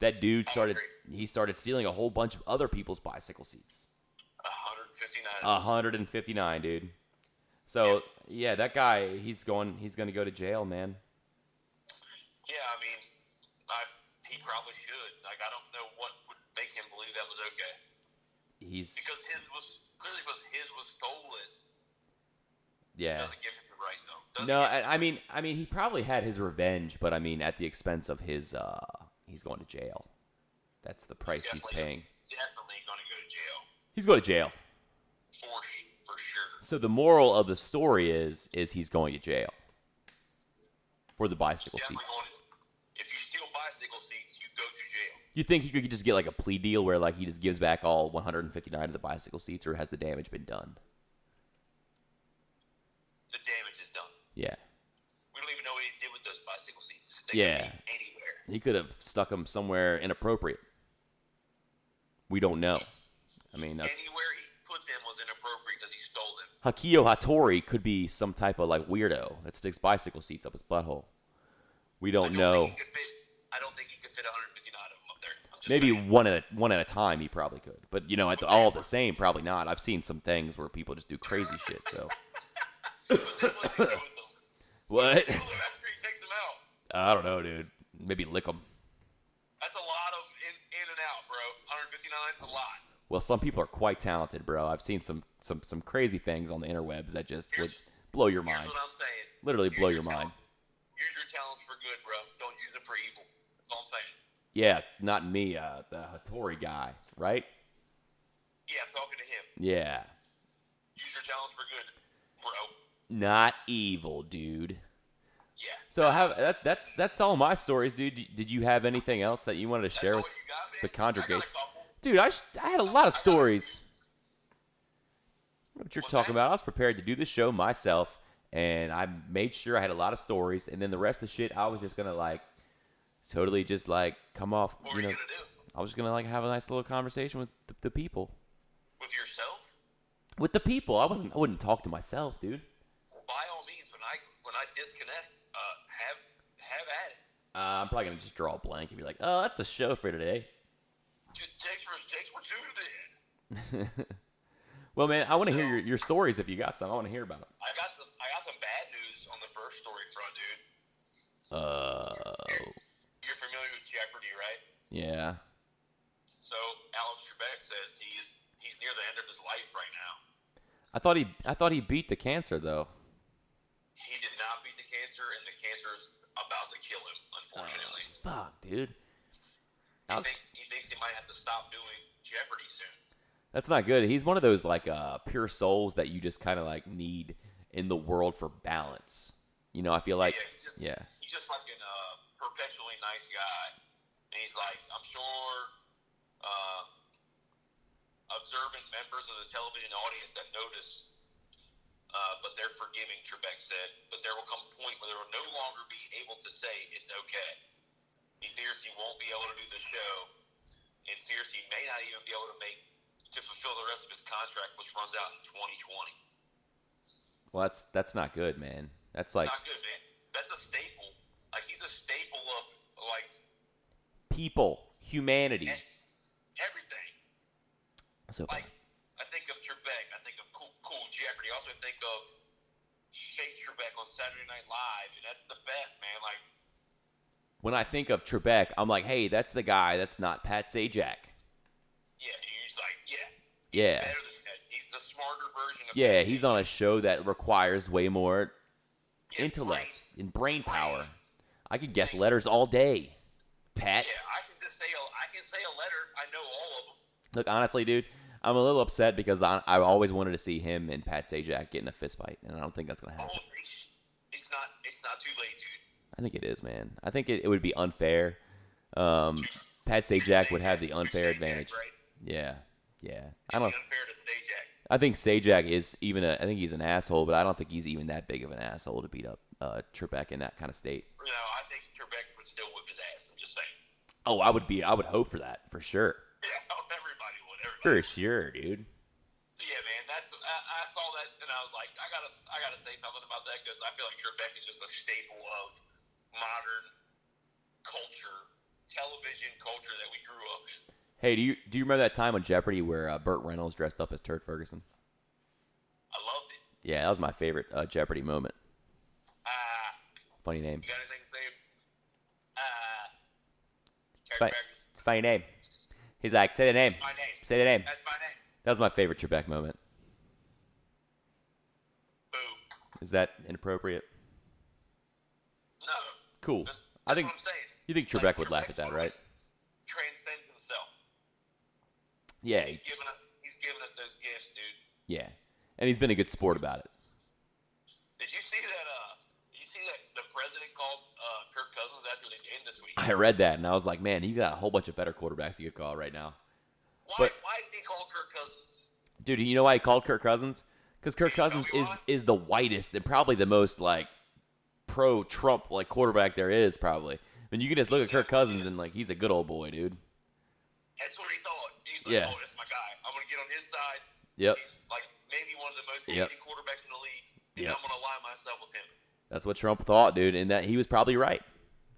B: That dude started he started stealing a whole bunch of other people's bicycle seats.
C: 159.
B: 159, dude. So, yeah, that guy, he's going he's going to go to jail, man.
C: yeah, I mean, I've, he probably should. Like, I don't know what would make him believe that was okay.
B: He's
C: Because his was clearly was his was stolen.
B: yeah.
C: Doesn't give him the right though. Doesn't
B: No,
C: give him
B: I, I mean, I mean, he probably had his revenge, but I mean, at the expense of his, uh, he's going to jail. That's the price he's
C: definitely-
B: paying.
C: Definitely gonna go to jail
B: He's going to jail.
C: for sh- for sure.
B: So the moral of the story is, is he's going to jail. or the bicycle
C: Definitely
B: seats.
C: going to, if you steal bicycle seats, you go to jail.
B: You think he could just get like a plea deal where like he just gives back all 159 of the bicycle seats, or has the damage been done?
C: The damage is done.
B: Yeah,
C: We don't even know what he did with those bicycle seats. They could
B: Yeah.
C: be anywhere.
B: he could have stuck them somewhere inappropriate. We don't know. I mean, uh,
C: Anywhere he put them was inappropriate because he stole them.
B: Hakio Hattori could be some type of like weirdo that sticks bicycle seats up his butthole. We
C: I
B: don't
C: don't
B: know.
C: Think he could fit, I don't think he could fit 159 of them up there. I'm just
B: Maybe
C: saying.
B: one at a, one at a time, he probably could. But you know, at the, all the same, probably not. I've seen some things where people just do crazy shit. So
C: But then what do you do with them?
B: what?
C: Kill them after he takes them out.
B: I don't know, dude. Maybe lick them.
C: That's a lot of in, in and out, bro. 159 is a lot.
B: Well, some people are quite talented, bro. I've seen some some some crazy things on the interwebs that just would blow your
C: Here's
B: mind.
C: what I'm saying.
B: Literally
C: Use
B: blow your mind.
C: talent- Use your talents for good, bro. Don't use them for evil. That's all I'm saying.
B: Yeah, not me. Uh, the Hattori guy, right?
C: Yeah, I'm talking to him.
B: Yeah,
C: Use your talents for good, bro.
B: not evil, dude.
C: Yeah.
B: So I have that's that's that's all my stories, dude. D- Did you have anything else that you wanted to
C: That's
B: share
C: all
B: with?
C: you got, man.
B: the congregation.
C: I got a couple.
B: Dude, I, sh- I had a lot of stories. I know what you're
C: What's
B: talking
C: that?
B: about? I was prepared to do this show myself, and I made sure I had a lot of stories. And then the rest of the shit, I was just gonna like totally just like come off.
C: What
B: You
C: were you
B: know,
C: gonna do
B: I was just gonna like have a nice little conversation with the, the people.
C: with yourself?
B: With the people, I wasn't. I wouldn't talk to myself, dude.
C: By all means, when I when I disconnect, uh, have have at it.
B: Uh, I'm probably gonna just draw a blank and be like, "Oh, that's the show for today."
C: Just text for text for two to the end.
B: Well, man, I want to hear
C: So-
B: your, your stories if you got some. I want to hear about them.
C: I got some I got some bad news on the first story front, dude.
B: Oh,
C: You're familiar with Jeopardy, right?
B: yeah.
C: So Alex Trebek says he's he's near the end of his life right now.
B: I thought he I thought he beat the cancer though.
C: He did not beat the cancer, and the cancer is about to kill him. Unfortunately,
B: Fuck, dude.
C: he
B: Alex-
C: thinks he thinks he might have to stop doing Jeopardy soon.
B: That's not good. He's one of those like uh, pure souls that you just kind of like need in the world for balance. You know, I feel like
C: yeah, he just,
B: yeah,
C: he's just like an uh, perpetually nice guy, and he's like, I'm sure uh, observant members of the television audience that notice, uh, but they're forgiving. Trebek said, but there will come a point where they will no longer be able to say it's okay. He fears he won't be able to do the show, and fears he may not even be able to make to fulfill the rest of his contract, which runs out in 2020.
B: Well, that's that's not good, man. That's like
C: Not good, man. That's a staple. Like he's a staple of like
B: people, humanity.
C: and everything.
B: So
C: Like, I think of Trebek. I think of Cool, cool Jeopardy. I also think of Shake Trebek on Saturday Night Live, and that's the best, man. Like,
B: when I think of Trebek, I'm like, hey, that's the guy. That's not Pat Sajak.
C: yeah, he's like, yeah, he's
B: Yeah,
C: better than that. He's the smarter version of
B: yeah.
C: that.
B: He's on a show that requires way more
C: Yeah,
B: intellect and brain
C: brain-
B: power.
C: brains.
B: I could guess letters all day. Pat.
C: Yeah, I can just say a, I can say a letter. I know all of them.
B: Look, honestly, dude, I'm a little upset because I, I always wanted to see him and Pat Sajak get in a fist fight, and I don't think that's gonna happen.
C: Oh, it's- it's not it's not too late, dude.
B: I think it is, man. I think it, it would be unfair. Um, Pat Sajak would have the
C: Dude,
B: unfair
C: Sajak,
B: advantage.
C: Right?
B: Yeah, yeah. I don't.
C: It'd be unfair to Sajak.
B: I think Sajak is even a. I think he's an asshole, but I don't think he's even that big of an asshole to beat up uh, Trebek in that kind of state.
C: No, I think Trebek would still whip his ass. I'm just saying.
B: Oh, I would be. I would hope for that for sure.
C: Yeah, everybody would. Everybody.
B: For sure, dude.
C: So yeah, man, that's I, I saw that and I was like, I gotta I gotta say something about that because I feel like Trebek is just a staple of modern culture, television culture that we grew up in.
B: Hey, do you do you remember that time on Jeopardy where uh, Burt Reynolds dressed up as Turd Ferguson?
C: I loved it.
B: Yeah, that was my favorite uh, Jeopardy moment.
C: Ah,
B: Funny name.
C: you got anything to say? Ah,
B: Fi-
C: Terry Ferguson,
B: It's funny name. He's like, say the name.
C: my name.
B: Say the name.
C: That's my name.
B: That was my favorite Trebek moment.
C: Boom.
B: Is that inappropriate?
C: No,
B: Cool.
C: that's, that's
B: I think
C: what I'm saying.
B: you think
C: Like,
B: Trebek would laugh at that, right?
C: Transcends himself.
B: Yeah,
C: He's giving us he's giving us those gifts, dude.
B: yeah. And he's been a good sport about it.
C: Did you see that? Uh, did you see that the pre president called uh, Kirk Cousins after the game this week.
B: I read that and I was like, man, he got a whole bunch of better quarterbacks he could call right now.
C: Why,
B: but-
C: why did he call Kirk Cousins?
B: Dude, you know why I called Kirk Cousins? Because Kirk Cousins
C: Tell me
B: is
C: why.
B: is the whitest and probably the most like pro Trump like quarterback there is probably. And you can just look at Kirk Cousins and like he's a good old boy, dude.
C: That's what he thought. He's like,
B: Yeah. Uh,
C: oh, that's my guy. I'm going to get on his side.
B: Yep,
C: He's like maybe one of the most
B: Yep.
C: hated quarterbacks in the league, and
B: Yep.
C: I'm going to align myself with him.
B: that's what Trump thought, dude, and that he was probably right.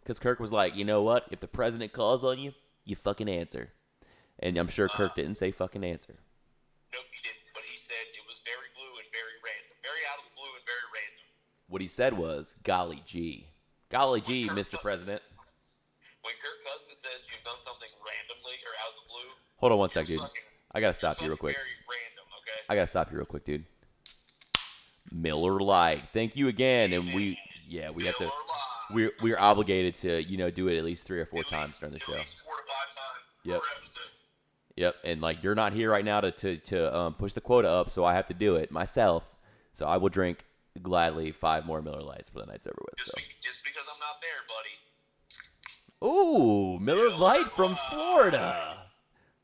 B: Because Kirk was like, you know what? If the president calls on you, you fucking answer. And I'm sure Kirk didn't say fucking answer.
C: Nope, he didn't. But he said it was very blue and very random. Very out of the blue and very random.
B: What he said was, "Golly gee, golly gee, Mr. President."
C: When Kirk Cousins says you've done something randomly or out of the blue,
B: Hold on one sec,
C: you're
B: dude.
C: fucking-
B: I gotta
C: you're
B: stop you real
C: fucking
B: quick.
C: Very random, okay?
B: I gotta stop you real quick, dude. Miller Lite, thank you again, and we yeah we have to we're we're obligated to you know do it at least three or four times during the show.
C: Four to five times
B: Yep.
C: per episode.
B: Yep, and like you're not here right now to to to um, push the quota up, so I have to do it myself. So I will drink gladly five more Miller Lights for the night's over with.
C: Just,
B: So.
C: be, just because I'm not there, buddy.
B: Ooh, Miller Lite from Florida.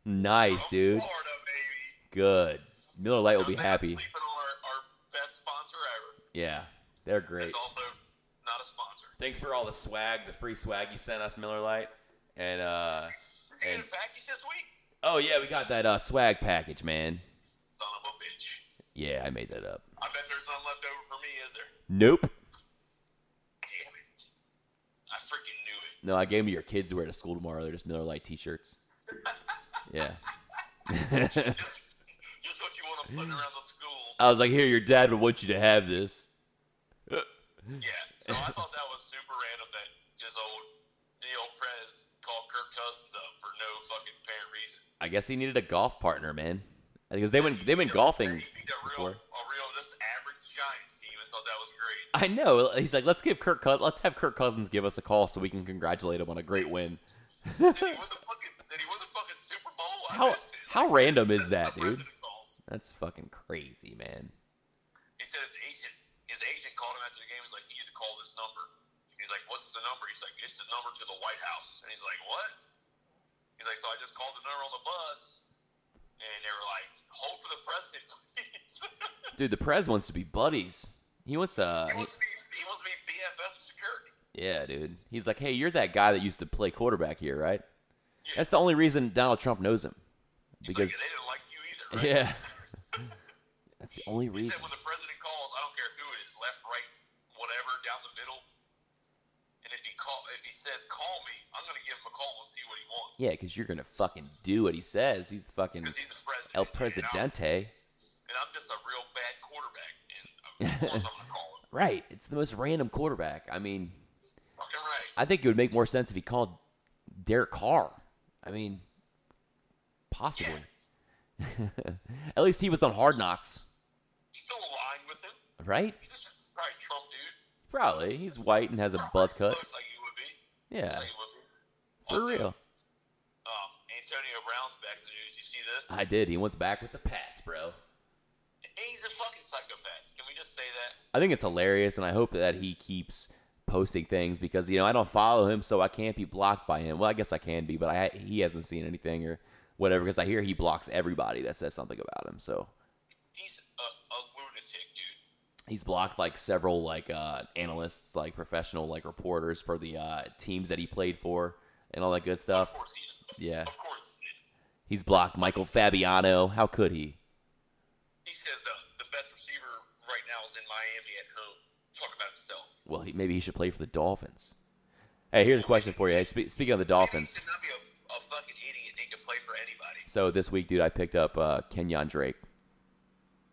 B: Nice,
C: From
B: dude.
C: Florida, baby.
B: Good. Miller Lite will
C: I'm
B: be
C: back
B: happy.
C: sleeping on our, our best sponsor ever.
B: Yeah, they're great.
C: It's also not a sponsor.
B: Thanks for all the swag, the free swag you sent us, Miller Lite. And uh
C: Did you
B: And-
C: get a package this week?
B: oh yeah, we got that uh, swag package, man.
C: Son of a bitch.
B: Yeah, I made that up.
C: I bet there's none left over for me, is there?
B: Nope.
C: Damn it. I freaking knew it.
B: No, I gave them to your kids to wear to school tomorrow. They're just Miller Lite t-shirts. Yeah. I
C: Just, just what you want to put around the schools.
B: was like, here, your dad would want you to have this.
C: Yeah, so I thought that was super random that his old Neil Prez called Kirk Cousins up for no fucking apparent reason.
B: I guess he needed a golf partner, man, because they went they went golfing
C: He beat a real,
B: before.
C: a real just average Giants team and thought that was great.
B: I know. He's like, let's give Kirk, Cous- let's have Kirk Cousins give us a call so we can congratulate him on a great win.
C: Did he win the fucking, did he win the fucking Super Bowl? I
B: How
C: missed it.
B: how random is that,
C: That's the
B: dude?
C: president calls.
B: That's fucking crazy, man.
C: He said his agent, his agent called him after the game. He's like, you need to call this number. He's like, what's the number? He's like, it's the number to the White House. And he's like, what? He's like, so I just called the number on the bus, and they were like, hold for the president, please.
B: Dude, the Prez wants to be buddies. He wants uh,
C: he, wants to be, he wants to be BFS with Kirk.
B: yeah, dude. He's like, hey, you're that guy that used to play quarterback here, right? That's the only reason Donald Trump knows him,
C: He's
B: because
C: like, they didn't like you either, right?
B: yeah, that's the only
C: He
B: reason.
C: said when the president calls, I don't care who it is, left, right, whatever, down the middle. And if he call, if he says call me, I'm gonna give him a call and see what he wants.
B: Yeah, because you're gonna fucking do what he says. He's the fucking
C: because he's the president.
B: El
C: and I'm-
B: Presidente,
C: and I'm just a real bad quarterback, and of course I'm gonna call him.
B: right? It's the most random quarterback. I mean,
C: Fucking right.
B: I think it would make more sense if he called Derek Carr. I mean, possibly. At least he was on Hard Knocks,
C: Still aligned with him.
B: right?
C: He's just probably Trump dude.
B: Probably. He's white and has a
C: Probably
B: buzz cut.
C: Looks like he would be.
B: Yeah,
C: Looks like he would be.
B: for
C: Also,
B: real.
C: Um, Antonio Brown's back in the news. You see this?
B: I did. He went back with the Pats, bro.
C: He's a fucking psychopath. Can we just say that?
B: I think it's hilarious, and I hope that he keeps posting things because you know I don't follow him, so I can't be blocked by him. Well, I guess I can be, but I he hasn't seen anything or whatever because I hear he blocks everybody that says something about him. So
C: He's a, a lunatic, dude.
B: he's blocked like several like uh, analysts, like professional like reporters for the uh, teams that he played for and all that good
C: Of
B: stuff.
C: course he is.
B: Yeah,
C: Of course he did.
B: he's blocked Michael Fabiano. How could he?
C: He says the, the best receiver right now is in Miami at home. Talk about himself.
B: Well, he, maybe he should play for the Dolphins. Hey, here's a question for you. Hey, spe- speaking of the Dolphins.
C: He should not be a, a fucking idiot. He can play for anybody.
B: So this week, dude, I picked up uh, Kenyon Drake.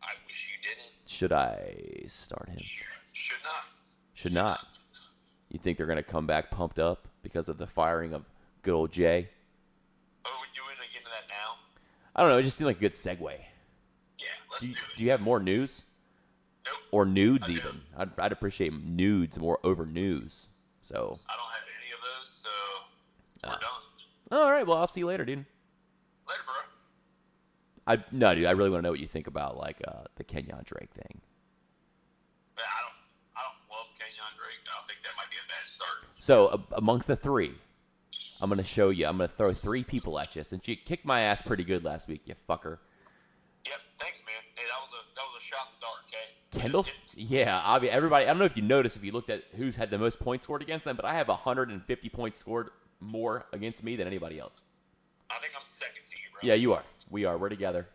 C: I wish you didn't.
B: Should I start him?
C: You should not.
B: Should not. You think they're gonna come back pumped up because of the firing of good old Jay?
C: Are we doing to get into that now?
B: I don't know. It just seemed like a good segue.
C: Yeah, let's
B: Do you,
C: do,
B: do
C: it.
B: you have more news
C: Nope.
B: or nudes
C: I do.
B: even? I'd, I'd appreciate nudes more over news. So
C: I don't have any of those, so
B: Ah.
C: we're done.
B: all right, well I'll see you later, dude.
C: Later, bro.
B: I no, dude. I really want to know what you think about like uh, the Kenyon Drake thing.
C: But I don't, I don't love Kenyon John Drake. I think that might be a bad start.
B: So a- amongst the three, I'm gonna show you. I'm gonna throw three people at you since you kicked my ass pretty good last week, you fucker.
C: Yep, thanks, man. Hey, that was a that was a shot in the dark, okay?
B: Kendall,
C: Just hit-
B: yeah, obvi- everybody. I don't know if you noticed if you looked at who's had the most points scored against them, but I have 150 points scored more against me than anybody else.
C: I think I'm second to you, bro.
B: Yeah, you are. We are. We're together.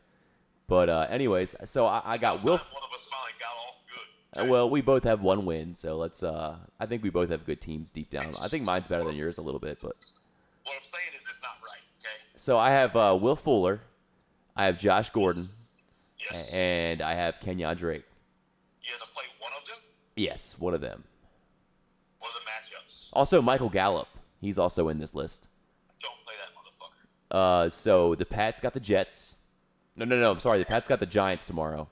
B: But uh, anyways, so I, I got Will.
C: One of us finally got off good.
B: uh, Well, we both have one win, so let's. Uh, I think we both have good teams deep down. I think mine's better than yours a little bit, but
C: What I'm saying is it's not right, okay?
B: so I have uh, Will Fuller, I have Josh Gordon,
C: Yes.
B: a- and I have Kenyon Drake.
C: you have to play one of them.
B: Yes, one of them.
C: One of the matchups.
B: Also, Michael Gallup. He's also in this list.
C: Don't play that motherfucker.
B: Uh, so the Pats got the Jets. No, no, no. I'm sorry. The Pats got the Giants tomorrow.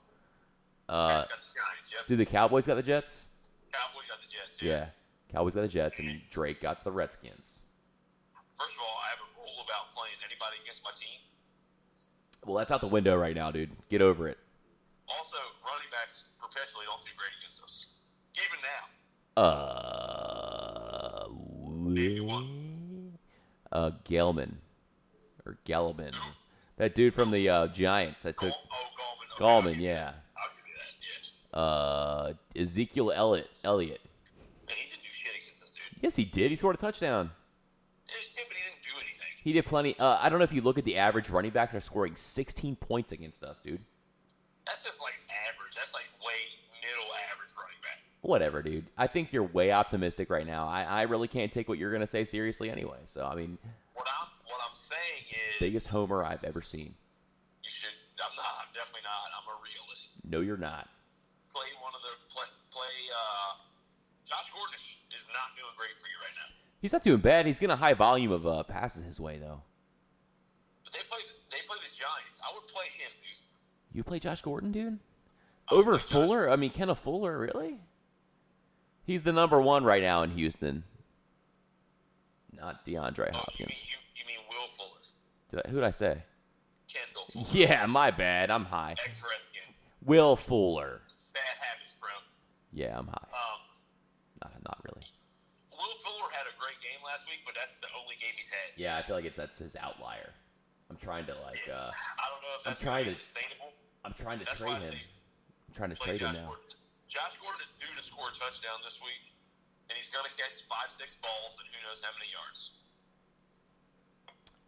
B: Uh,
C: Pats got the Giants. Yep.
B: do the Cowboys got the Jets?
C: Cowboys got the Jets.
B: Yeah. Cowboys got the Jets, and Drake got the Redskins.
C: First of all, I have a rule about playing anybody against my team.
B: Well, that's out the window right now, dude. Get over it.
C: Also, running backs perpetually don't do great against us. Even now.
B: Uh, uh, Galeman or Gallman, that dude from the uh, Giants that took
C: Gal- oh, Gallman. Okay, I'll give
B: Gallman.
C: you
B: Yeah.
C: that. I'll give you that. Yeah.
B: Uh, Ezekiel Elliott. Elliott.
C: Man, he didn't do shit against us, dude.
B: Yes, he did. He scored a touchdown.
C: It, yeah, but he didn't do anything.
B: He did plenty. Uh, I don't know if you look at the average running backs are scoring 16 points against us, dude.
C: That's just like average. That's like way middle average running back.
B: Whatever, dude. I think you're way optimistic right now. I, I really can't take what you're gonna say seriously anyway. So I mean,
C: What I'm what I'm saying is
B: biggest homer I've ever seen.
C: you should. I'm not. I'm definitely not. I'm a realist.
B: No, you're not.
C: Play one of the play. play uh, Josh Gordon is, is not doing great for you right now.
B: He's not doing bad. He's getting a high volume of uh, passes his way though.
C: But they play they play the Giants. I would play him. dude.
B: You play Josh Gordon, dude?
C: I would
B: Over
C: play Josh-
B: Fuller? I mean, Kenneth Fuller, really? He's the number one right now in Houston. Not DeAndre
C: Oh, you mean
B: Hopkins.
C: you, you mean Will Fuller,
B: Did I, who did I say?
C: Kendall Fuller,
B: Yeah, my bad. I'm high.
C: ex Redskin.
B: Will Fuller.
C: Bad habits, bro.
B: Yeah, I'm high.
C: Um,
B: Not, not really.
C: Will Fuller had a great game last week, but that's the only game he's had.
B: Yeah, I feel like it's that's his outlier. I'm trying to like uh,
C: I don't know if
B: I'm
C: that's
B: trying
C: really
B: to-
C: sustainable.
B: I'm trying to
C: That's
B: trade
C: why I
B: him.
C: think-
B: I'm trying to
C: Play
B: trade him
C: Josh
B: now.
C: Gordon. Josh Gordon is due to score a touchdown this week, and he's going to catch five, six balls, and who knows how many yards.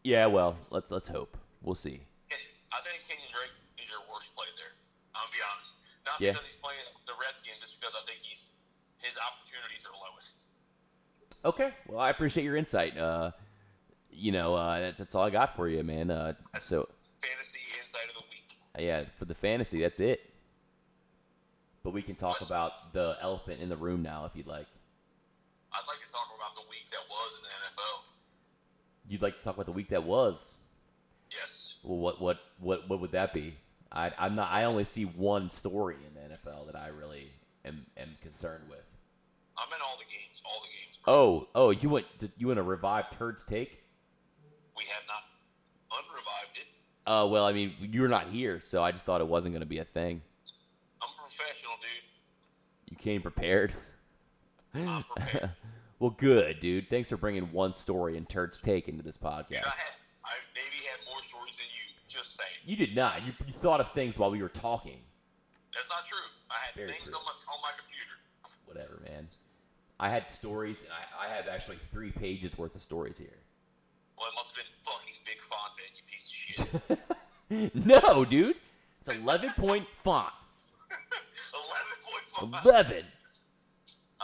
B: Yeah, well, let's let's hope. We'll see.
C: And I think Kenyon Drake is your worst play there. I'll be honest. Not
B: Yeah.
C: because he's playing the Redskins, just because I think he's his opportunities are lowest.
B: Okay. Well, I appreciate your insight. Uh, you know, uh, that, that's all I got for you, man. Uh,
C: That's
B: so
C: fantasy inside of the week.
B: yeah, for the fantasy, that's it. But we can talk about the elephant in the room now if you'd like.
C: I'd like to talk about the week that was in the NFL.
B: You'd like to talk about the week that was.
C: Yes.
B: Well, what what what what would that be? I I'm not. I only see one story in the NFL that I really am am concerned with.
C: I'm in all the games, all the games. Bro.
B: Oh oh, you went to, you want to revive Turd's take?
C: We have not unrevived it.
B: Uh, well, I mean, you're not here, so I just thought it wasn't going to be a thing.
C: I'm a professional, dude.
B: You came prepared.
C: I'm prepared.
B: well, good, dude. Thanks for bringing one story and Turd's take into this
C: Dude,
B: podcast.
C: I had, I maybe had more stories than you. Just saying.
B: You did not. You, you thought of things while we were talking.
C: That's not true. I had
B: Very
C: things
B: true.
C: on my on my computer.
B: Whatever, man. I had stories, and I, I have actually three pages worth of stories here.
C: Well, it must have been fucking big font then, you piece of shit.
B: No, dude. It's 11 point font.
C: Eleven point font.
B: 11.
C: Uh,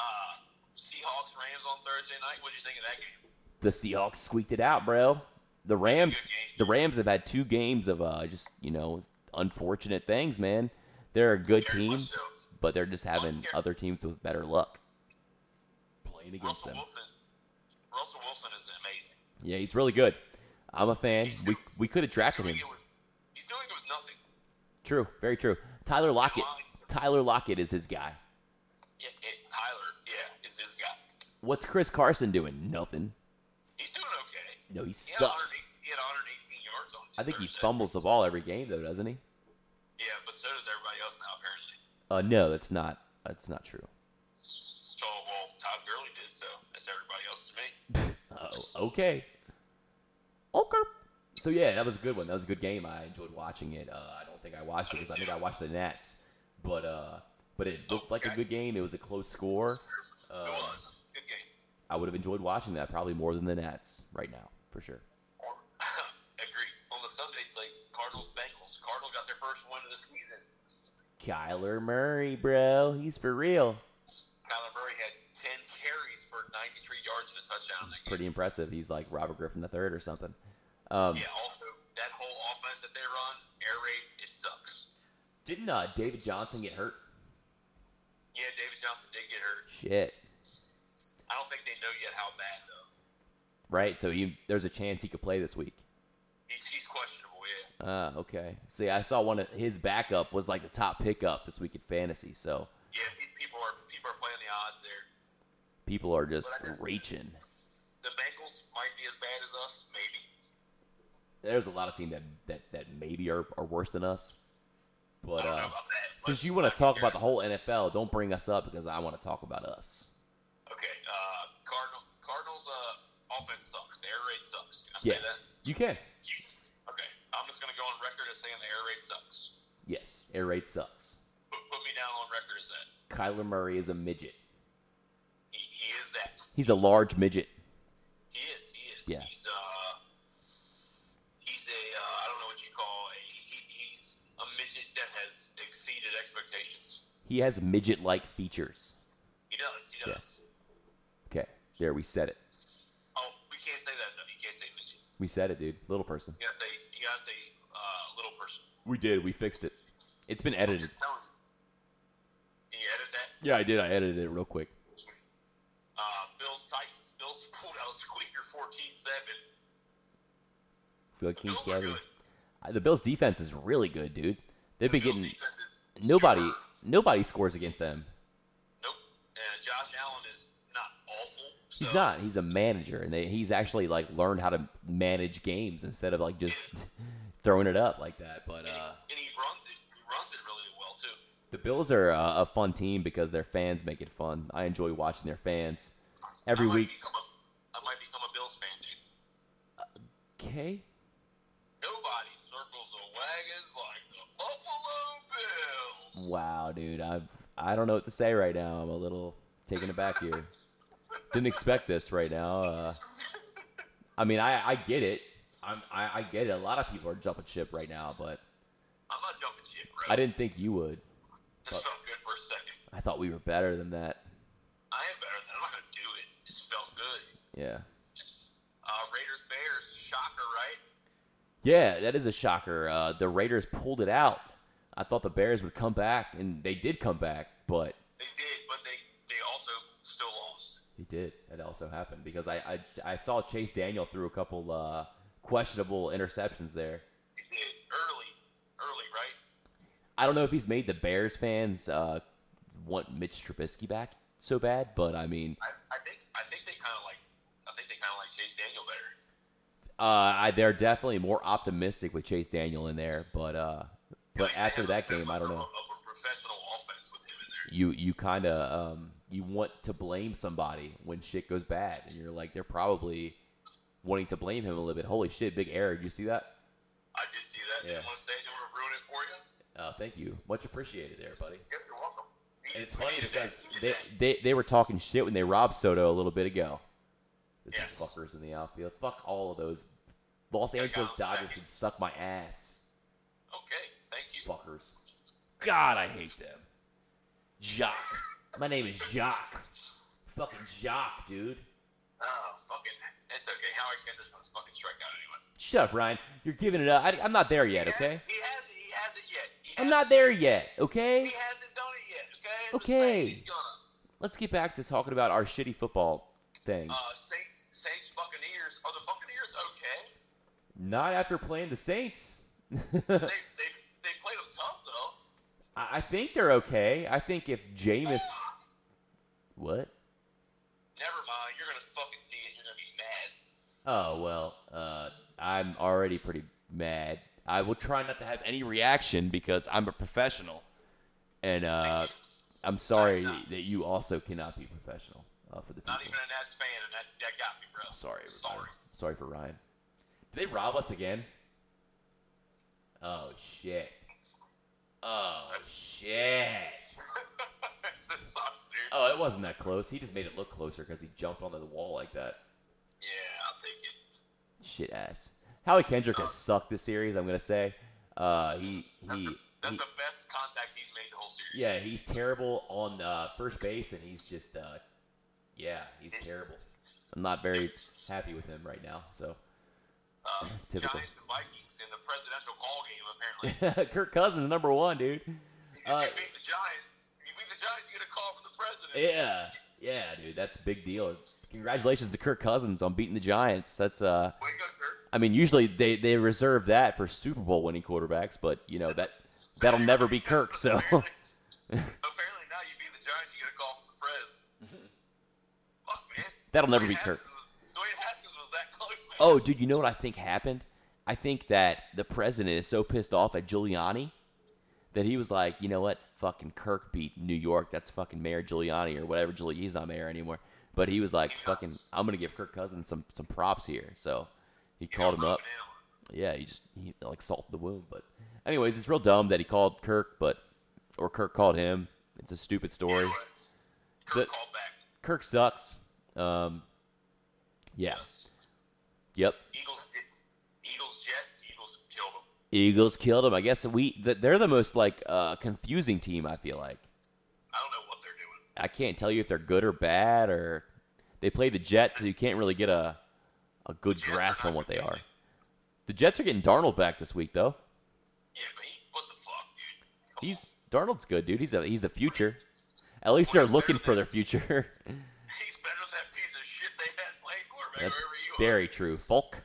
C: Seahawks Rams on Thursday night. What'd you think of that game?
B: The Seahawks squeaked it out, bro. The Rams,
C: game.
B: the Rams have had two games of uh, just you know unfortunate things, man. They're a good
C: Very
B: team,
C: much so.
B: but they're just having other teams with better luck playing against
C: Russell
B: them.
C: Wilson. Russell Wilson is amazing.
B: Yeah, he's really good. I'm a fan. We we could have
C: He's
B: drafted
C: doing,
B: him.
C: it with, he's doing it with nothing.
B: True, very true. Tyler Lockett. Tyler Lockett is his guy.
C: Yeah, it, Tyler, yeah, is this guy.
B: What's Chris Carson doing? Nothing.
C: He's doing okay.
B: No, he
C: He had,
B: sucks.
C: 108 he had 118 yards on.
B: I think he
C: Thursday.
B: fumbles the ball every game though, doesn't he?
C: Yeah, but so does everybody else now apparently.
B: Uh, no, that's not. That's not true.
C: So well, as everybody else to me.
B: Oh, okay. Okay. So yeah, that was a good one. That was a good game. I enjoyed watching it. Uh, I don't think I watched it because I think I watched the Nats, but uh, but it looked like a good game. It was a close score.
C: It
B: Uh,
C: was good game.
B: I would have enjoyed watching that probably more than the Nats right now for sure.
C: Or- Agreed. On the Sunday slate, Cardinals Bengals. Cardinals got their first win of the season.
B: Kyler Murray, bro, he's for real.
C: Kyler Murray had 10 carries for 93 yards and a touchdown. in That game.
B: Pretty impressive. He's like Robert Griffin III or something. Um,
C: Yeah. Also, that whole offense that they run, air raid, it sucks.
B: Didn't uh, David Johnson get hurt?
C: Yeah, David Johnson did get hurt.
B: Shit.
C: I don't think they know yet how bad though.
B: Right. So he, there's a chance he could play this week.
C: He's he's questionable. Yeah.
B: Ah, okay. See, I saw one of his backup was like the top pickup this week in fantasy. So
C: Yeah. pe- People are people are playing the odds there.
B: people are just reaching.
C: The Bengals might be as bad as us, maybe.
B: There's a lot of teams that that, that maybe are, are worse than us. But
C: I don't
B: uh,
C: know about that.
B: since
C: Let's-
B: you want
C: let's
B: to talk about
C: hear
B: the whole NFL, don't bring us up because I want to talk about us.
C: it. Okay. Uh, Cardinal Cardinals uh, offense sucks. The air raid sucks. Can I
B: Yeah.
C: say that?
B: You can.
C: Okay. I'm just gonna go on record as saying the air raid sucks.
B: Yes, air raid sucks.
C: Put, put me down on record as that.
B: Kyler Murray is a midget.
C: He, he is that.
B: He's a large midget.
C: He is. He is.
B: Yeah.
C: He's uh. He's a. Uh, I don't know what you call a. He, he's a midget that has exceeded expectations.
B: He has midget-like features.
C: He does. He does.
B: Okay, there we said it.
C: Oh, we can't say that though. You can't say midget.
B: We said it, dude. Little person.
C: You gotta say. You gotta say uh, little person.
B: We did. We fixed it. It's been edited.
C: Just tell him. Can you edit that?
B: Yeah, I did. I edited it real quick.
C: Uh, Bills Titans. Bills pulled out a squeaker 14-7.
B: Feel
C: The
B: like King
C: Bills are
B: Kevin.
C: good.
B: Uh, The Bills' defense is really good, dude. They've
C: The
B: been
C: Bills
B: getting
C: defense is
B: nobody.
C: super.
B: Nobody scores against them.
C: Nope. And Josh Allen is not awful. So
B: He's not. He's a manager, and they, he's actually like learned how to manage games instead of like just throwing it up like that. But
C: And, he,
B: uh,
C: and he runs it. He runs it really well too.
B: the Bills are uh, a fun team because their fans make it fun. I enjoy watching their fans every
C: I might
B: week.
C: Become a, I might become a Bills fan, dude.
B: Okay,
C: Nobody circles the wagons like the Buffalo Bills.
B: Wow, dude, I I don't know what to say right now. I'm a little taken aback here. Didn't expect this right now. Uh, I mean, I, I get it. I'm, I I get it. A lot of people are jumping ship right now, but
C: I'm not jumping shit, bro.
B: I didn't think you would.
C: Just felt good for a second.
B: I thought we were better than that.
C: I am better. than- I'm not gonna do it. Just felt good.
B: Yeah.
C: Uh, Raiders Bears shocker, right?
B: Yeah, that is a shocker. Uh, the Raiders pulled it out. I thought the Bears would come back, and they did come back, but
C: They did, but they they also still lost.
B: He did. That also happened because I, I, I saw Chase Daniel threw a couple uh, questionable interceptions there.
C: They did early, early, right?
B: I don't know if he's made the Bears fans uh, want Mitch Trubisky back so bad, but I mean,
C: I, I think I think they kind of like I think they kind of like Chase Daniel better.
B: uh, I, they're definitely more optimistic with Chase Daniel in there. But uh,
C: At
B: but
C: least they
B: after
C: have a
B: that game, I
C: semblance
B: don't know.
C: Of, of a professional offense with him in there.
B: You you kind of um, you want to blame somebody when shit goes bad, and you're like they're probably wanting to blame him a little bit. Holy shit, big error! You see that?
C: I did see that.
B: Yeah.
C: You want to say they were ruining it for you?
B: Uh, thank you, much appreciated there, buddy.
C: Yes, you're welcome.
B: And it's
C: We
B: funny
C: needed
B: because
C: that. We
B: they,
C: needed that.
B: they they were talking shit when they robbed Soto a little bit ago. Those
C: Yes.
B: fuckers in the outfield. Fuck all of those. Los
C: Yeah,
B: Angeles
C: Colin
B: Dodgers
C: Beckett.
B: can suck my ass.
C: Okay, thank you. Oh,
B: Fuckers. God, I hate them. Jock. My name is Jock. Fucking Jock, dude.
C: Oh, fucking, it's okay. Howard Kendrick's gonna fucking strike out anyone.
B: Shut up, Ryan. You're giving it up. I, I'm not there yet,
C: He
B: okay?
C: has- He hasn't. He hasn't yet. He
B: I'm
C: hasn't-
B: not there yet, okay?
C: He hasn't done it yet. Okay. I'm just
B: Okay.
C: saying He's gonna.
B: Let's get back to talking about our shitty football thing.
C: Uh, Saints, Saints, Buccaneers. Are the Buccaneers okay?
B: Not after playing the Saints.
C: they, they, they played them tough though.
B: I I think they're okay. I think if Jameis,
C: Uh,
B: what?
C: Never mind. You're gonna fucking see it. You're gonna be mad.
B: Oh well, uh, I'm already pretty mad. I will try not to have any reaction because I'm a professional, and uh, I'm sorry that you also cannot be professional. uh, for the people.
C: Not even a Nats fan, and that, that got me, bro.
B: Sorry, everybody.
C: Sorry.
B: Sorry for Ryan. Did they rob us again? Oh shit. Oh shit.
C: That sucks, dude.
B: Oh, it wasn't that close. He just made it look closer because he jumped onto the wall like that.
C: Yeah, I'll take it.
B: Shit ass. Howie Kendrick has sucked this series. I'm gonna say. Uh, he
C: That's,
B: he.
C: the, that's
B: he
C: the best contact he's made the whole series.
B: yeah, he's terrible on uh, first base, and he's just, uh, yeah, he's terrible. I'm not very happy with him right now. So
C: Um,
B: Typical.
C: Giants and Vikings in the presidential call game, apparently.
B: Kirk Cousins number one, dude. Uh,
C: if you beat the Giants, if you beat the Giants, you get a call from the president.
B: Yeah, yeah, dude, that's a big deal. Congratulations to Kirk Cousins on beating the Giants. That's uh,
C: Wake up, Kirk.
B: I mean, usually they they reserve that for Super Bowl winning quarterbacks, but you know that that'll never be Kirk. So
C: Apparently, apparently now you beat the Giants, you get a call from the press. Fuck, man.
B: Mm-hmm. that'll never
C: Dwayne
B: be Kirk.
C: Haskins Was, Dwayne Haskins was that close, man.
B: Oh, dude, you know what I think happened? I think that the president is so pissed off at Giuliani that he was like, you know what? Fucking Kirk beat New York. That's fucking Mayor Giuliani or whatever. Giul- he's not mayor anymore. But he was like, fucking, I'm gonna give Kirk Cousins some some props here. So he
C: You
B: called
C: know,
B: him up.
C: rubbing in on
B: yeah,
C: him.
B: he just he like salted the wound. But anyways, it's real dumb that he called Kirk, but or Kirk called him. It's a stupid
C: You
B: story.
C: know what? Kirk
B: The-
C: called back.
B: Kirk sucks. Um, yeah.
C: Yes.
B: Yep.
C: Eagles, Eagles, Jets, Eagles killed him.
B: Eagles killed him. I guess we th- they're the most like uh, confusing team. I feel like
C: I don't know what they're doing.
B: I can't tell you if they're good or bad or they play the Jets, so you can't really get a a good
C: Jets are
B: grasp
C: not
B: on what they are.
C: confusing.
B: The Jets are getting Darnold back this week though.
C: Yeah, but he, what the fuck, dude? Come on.
B: He's Darnold's good, dude. He's a, he's the future. At least they're looking for their future.
C: He's better than that piece of shit they had playing quarterback
B: That's
C: wherever you
B: very true. Folk.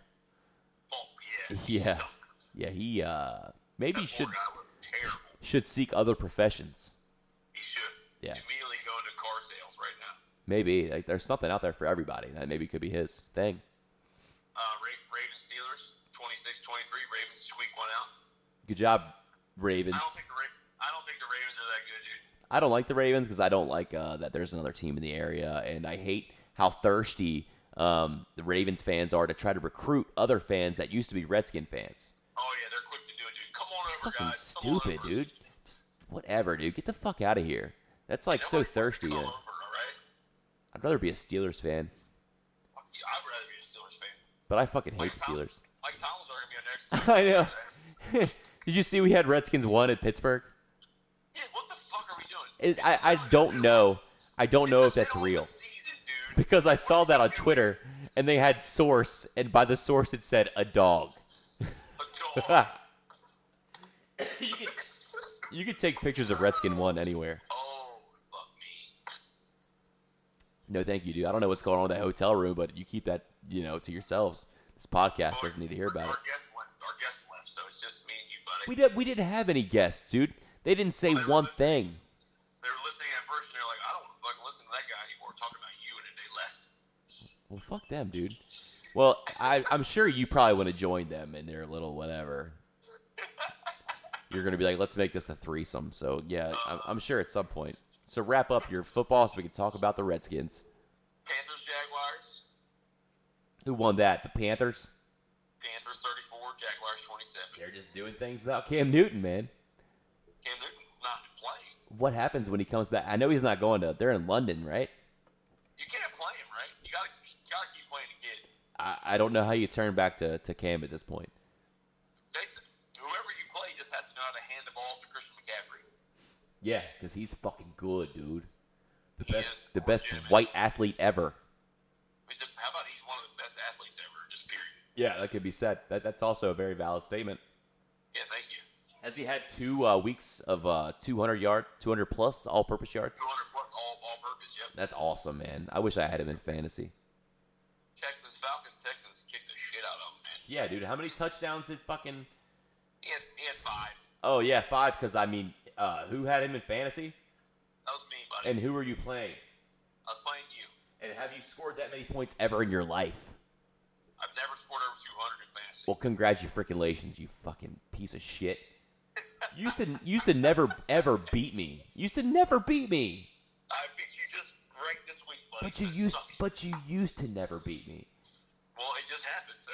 C: are. Fuck, yeah.
B: Yeah.
C: Suck.
B: Yeah, he uh maybe
C: That
B: should
C: poor guy was terrible.
B: should seek other professions.
C: He should
B: Yeah.
C: immediately go into car sales right now.
B: Maybe like there's something out there for everybody that maybe could be his thing.
C: Uh, Ra- Ravens Steelers 26-23. Ravens squeak one out.
B: Good job,
C: I
B: Ravens.
C: don't think the Ra- I don't think the Ravens are that good, dude.
B: I don't like the Ravens because I don't like uh, that there's another team in the area, and I hate how thirsty um, the Ravens fans are to try to recruit other fans that used to be Redskin fans.
C: Oh yeah, they're quick to do it, dude. Come on over,
B: Fucking
C: guys. Come on
B: stupid,
C: over.
B: dude. Just whatever, dude. Get the fuck out of here. That's like so
C: Nobody wants to
B: thirsty.
C: Come
B: man.
C: over, all right?
B: I'd rather be a Steelers fan,
C: Fuck you. I'd rather be a Steelers fan.
B: but I fucking hate
C: Mike
B: the
C: Tomlin-
B: Steelers.
C: Mike Tomlin's are gonna be our next.
B: I know.
C: quarterback.
B: Did you see we had Redskins one at Pittsburgh?
C: Yeah, what the fuck are we doing?
B: It, I I don't know. I don't know if that's real. because I saw that on Twitter and they had source, and by the source it said a dog.
C: A dog.
B: you, could, you could take pictures of Redskin one anywhere.
C: oh, fuck me.
B: No, thank you, dude. I don't know what's going on with that hotel room, but you keep that, you know, to yourselves. This podcast doesn't need to hear about it.
C: Our guest left. Our guest left, so it's just me and you, buddy.
B: We did. We didn't have any guests, dude. They didn't say one thing.
C: they were listening at first, and they're like, "I don't want to fucking listen to that guy anymore." Talking about you, and then they left.
B: Well, fuck them, dude. Well, I, I'm sure you probably want to join them in their little whatever. You're gonna be like, let's make this a threesome. So yeah, I'm, I'm sure at some point. So wrap up your football so we can talk about the Redskins.
C: Panthers, Jaguars.
B: Who won that? The Panthers.
C: Panthers 34, Jaguars 27.
B: They're just doing things without Cam Newton, man.
C: Cam Newton's not playing.
B: What happens when he comes back? I know he's not going to. They're in London, right?
C: You can't play him, right? You gotta, you gotta keep playing the kid.
B: I, I don't know how you turn back to, to Cam at this point.
C: They, s- whoever you play just has to know how to hand the balls to Christian McCaffrey.
B: Yeah, because he's fucking good, dude. The
C: He
B: best,
C: is
B: the best
C: legitimate.
B: white athlete ever.
C: He's a- How about he's one of the best athletes ever? Just period.
B: Yeah, that could be said. That that's also a very valid statement.
C: Yeah, thank you.
B: Has he had two uh, weeks of uh, 200 yard, 200 plus all-purpose yards?
C: 200 plus all all purpose. Yep.
B: That's awesome, man. I wish I had him in fantasy.
C: Texans Falcons. Texans kicked the shit out of him, man.
B: Yeah, dude. How many touchdowns did fucking?
C: He had, he had five.
B: Oh yeah, five. Because I mean, uh, who had him in fantasy?
C: That was me, buddy.
B: And who are you playing?
C: I was playing you.
B: And have you scored that many points ever in your life?
C: I've never scored over 200 in fantasy.
B: Well, congratulations, you fucking piece of shit. You used to, you used to never ever beat me. You used to never beat me.
C: I beat you just right this week, buddy.
B: But you
C: so
B: used,
C: suck.
B: but you used to never beat me.
C: Well, it just happened. So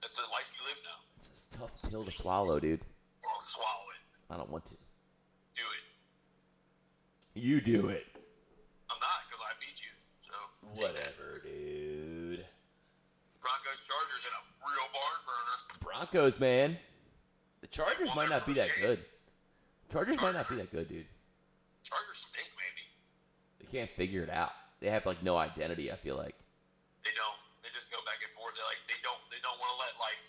C: that's the life you live now.
B: It's a tough pill to swallow, dude.
C: Well, swallow it.
B: I don't want to.
C: Do it.
B: You do it.
C: I'm not because I beat you. So take that.
B: Whatever, dude.
C: Broncos Chargers in a real barn burner.
B: Broncos, man. The Chargers
C: Well,
B: might
C: they're
B: not be that
C: pretty
B: good. Chargers might not be that good, dude.
C: Chargers stink, maybe.
B: They can't figure it out. They have like no identity. I feel like.
C: They don't. They just go back and forth. They like they don't. They don't want to let like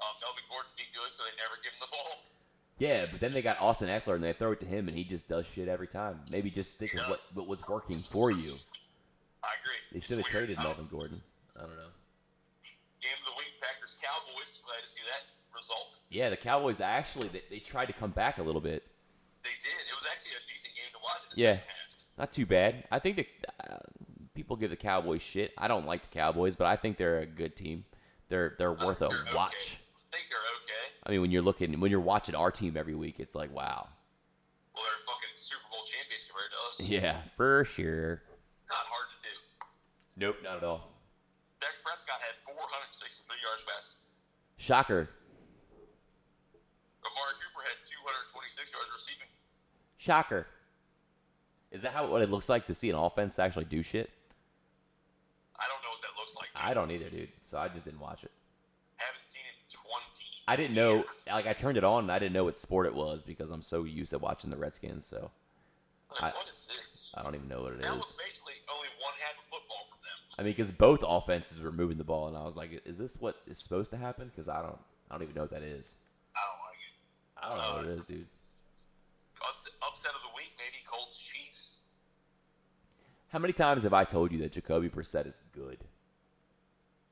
C: um, Melvin Gordon be good, so they never give him the ball.
B: Yeah, but then they got Austin Eckler and they throw it to him and he just does shit every time. Maybe just stick with what, what was working for you.
C: I agree.
B: They
C: It's
B: should have
C: weird.
B: traded
C: Um,
B: Melvin Gordon. I don't know.
C: Game of the week: Packers Cowboys. Glad to see that result.
B: Yeah, the Cowboys actually they, they tried to come back a little bit.
C: They did. It was actually a decent game to watch. In the
B: Yeah.
C: second half.
B: Not too bad. I think the uh, people give the Cowboys shit. I don't like the Cowboys, but I think they're a good team. They're they're
C: I
B: worth a
C: think they're okay.
B: watch.
C: I think they're okay.
B: I mean, when you're looking when you're watching our team every week, it's like wow.
C: Well, they're fucking Super Bowl champions compared to us.
B: Yeah, for sure.
C: Not hard to do.
B: Nope, not at all.
C: Dak Prescott had 463 yards passing.
B: Shocker.
C: Amari Cooper had 226 yards receiving.
B: Shocker. Is that how what it looks like to see an offense actually do shit?
C: I don't know what that looks like. dude.
B: I don't either, dude. So I just didn't watch it.
C: Haven't seen it in 20.
B: I didn't know.
C: years.
B: Like I turned it on, and I didn't know what sport it was because I'm so used to watching the Redskins. So
C: Like, what is this?
B: I don't even know what it
C: That was
B: is.
C: basically only one half of football from them.
B: I mean, because both offenses were moving the ball, and I was like, "Is this what is supposed to happen?" Because I don't, I don't even know what that is.
C: I don't like it.
B: I don't know what it is, dude.
C: Upset, upset of the week, maybe Colts Chiefs.
B: How many times have I told you that Jacoby Brissett is good?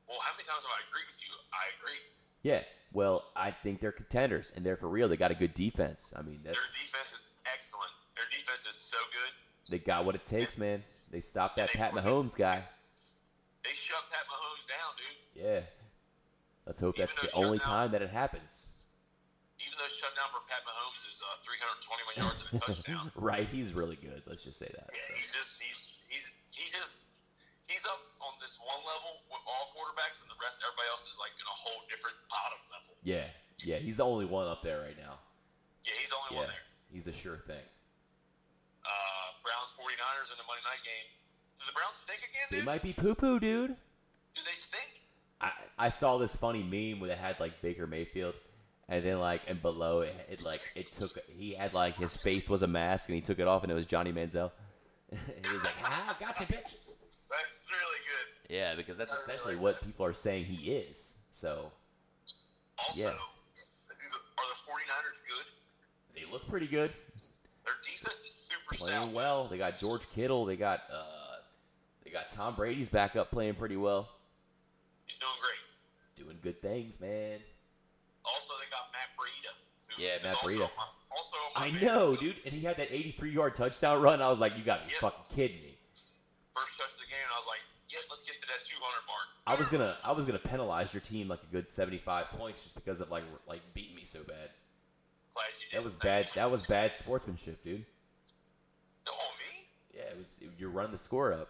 C: Well, how many times have I agreed with you? I agree.
B: Yeah. Well, I think they're contenders, and they're for real. They got a good defense. I mean, that's
C: Their defense is excellent. Their defense is so good.
B: they got what it takes, man. They stopped that Pat Mahomes guy.
C: They shut Pat Mahomes down, dude.
B: Yeah. Let's hope
C: Even
B: that's
C: though
B: the
C: he got
B: only
C: out-
B: time that it happens.
C: Even though shutdown for Pat Mahomes is uh, 321 yards and a touchdown.
B: right? He's really good. Let's just say that.
C: Yeah,
B: So,
C: he's just he's he's he's just he's up on this one level with all quarterbacks, and the rest everybody else is like in a whole different bottom level.
B: Yeah. Yeah. He's the only one up there right now.
C: Yeah, he's the only
B: Yeah.
C: one there.
B: He's a sure thing.
C: Uh, Browns 49ers in the Monday night game. Do the Browns stink again,
B: They
C: dude?
B: might be poo poo, dude.
C: Do they stink?
B: I, I saw this funny meme where they had like Baker Mayfield, and then like and below it, it like it took he had like his face was a mask and he took it off and it was Johnny Manziel. and he was like, "Ah, gotcha, bitch."
C: That's really good.
B: Yeah, because that's essentially what people are saying he is. So
C: Also,
B: Yeah.
C: are the 49ers good?
B: they look pretty good,
C: Their defense is super
B: playing
C: stout.
B: well. They got George Kittle. They got uh, they got Tom Brady's back up playing pretty well,
C: He's doing great.
B: doing good things, man.
C: Also, they got Matt Breida. who
B: Yeah,
C: is
B: Matt
C: also
B: Breida.
C: on my- Also, on my
B: I
C: fantasy
B: know,
C: team.
B: dude. And he had that 83 yard touchdown run. I was like, "You gotta be
C: Yeah.
B: fucking kidding me."
C: First touch of the game, I was like, yeah, let's get to that 200 mark.
B: I was gonna I was gonna penalize your team like a good seventy five points just because of like r- like beating me so bad.
C: Glad you did.
B: That was
C: Thank
B: bad.
C: you.
B: That was bad sportsmanship, dude.
C: Oh, me?
B: Yeah, it was. You're running the score up.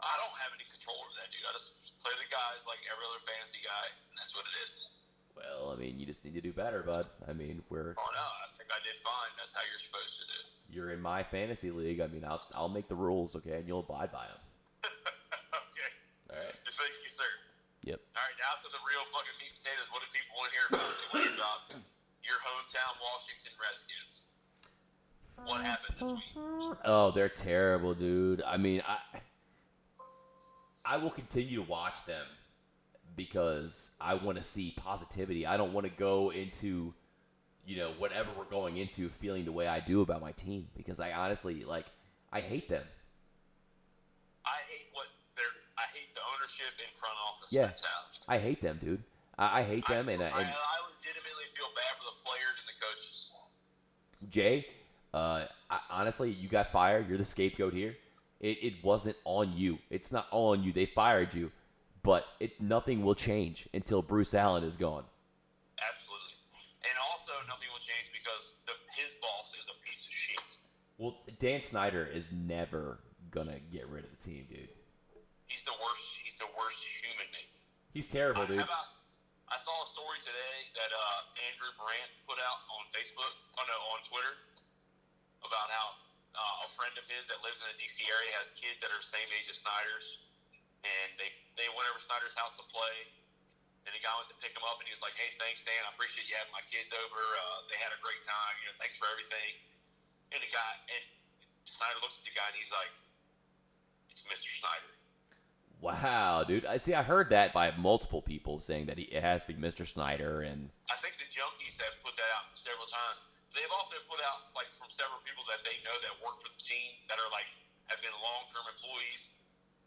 C: I don't have any control over that, dude. I just play the guys like every other fantasy guy, and that's what it is.
B: Well, I mean, you just need to do better, bud. I mean, we're
C: Oh no, I think I did fine. That's how you're supposed to do. it.
B: you're in my fantasy league. I mean, I'll I'll make the rules, okay, and you'll abide by them.
C: okay.
B: All right.
C: Just thank you, sir.
B: Yep.
C: All right, now to the real fucking meat and potatoes. What do people want to hear about? They want to stop. Your hometown Washington Redskins. What happened this week?
B: Oh, they're terrible, dude. I mean, I I will continue to watch them because I want to see positivity. I don't want to go into you know whatever we're going into feeling the way I do about my team because I honestly like I hate them.
C: I hate what they're. I hate the ownership in front office.
B: Yeah.
C: mentality.
B: I hate them, dude. I, I hate them, and, I,
C: I,
B: and
C: I legitimately feel bad for the players and the coaches.
B: Jay, uh, I, honestly, you got fired. You're the scapegoat here. It, it wasn't on you. It's not on you. They fired you, but it nothing will change until Bruce Allen is gone.
C: Absolutely. And also, nothing will change because the, his boss is a piece of shit.
B: Well, Dan Snyder is never gonna get rid of the team, dude.
C: He's the worst. He's the worst human.
B: He's terrible, dude.
C: How about, I saw a story today that uh, Andrew Brandt put out on Facebook, oh no, on Twitter, about how uh, a friend of his that lives in the D.C. area has kids that are the same age as Snyder's, and they they went over to Snyder's house to play, and the guy went to pick them up, and he was like, "Hey, thanks, Dan. I appreciate you having my kids over. Uh, they had a great time. You know, thanks for everything." And the guy and Snyder looks at the guy, and he's like, "It's Mr. Snyder."
B: Wow, dude. I see. I heard that by multiple people saying that he, it has to be Mr. Snyder, and
C: I think the junkies have put that out several times. They've also put out like from several people that they know that work for the team that are like have been long term employees,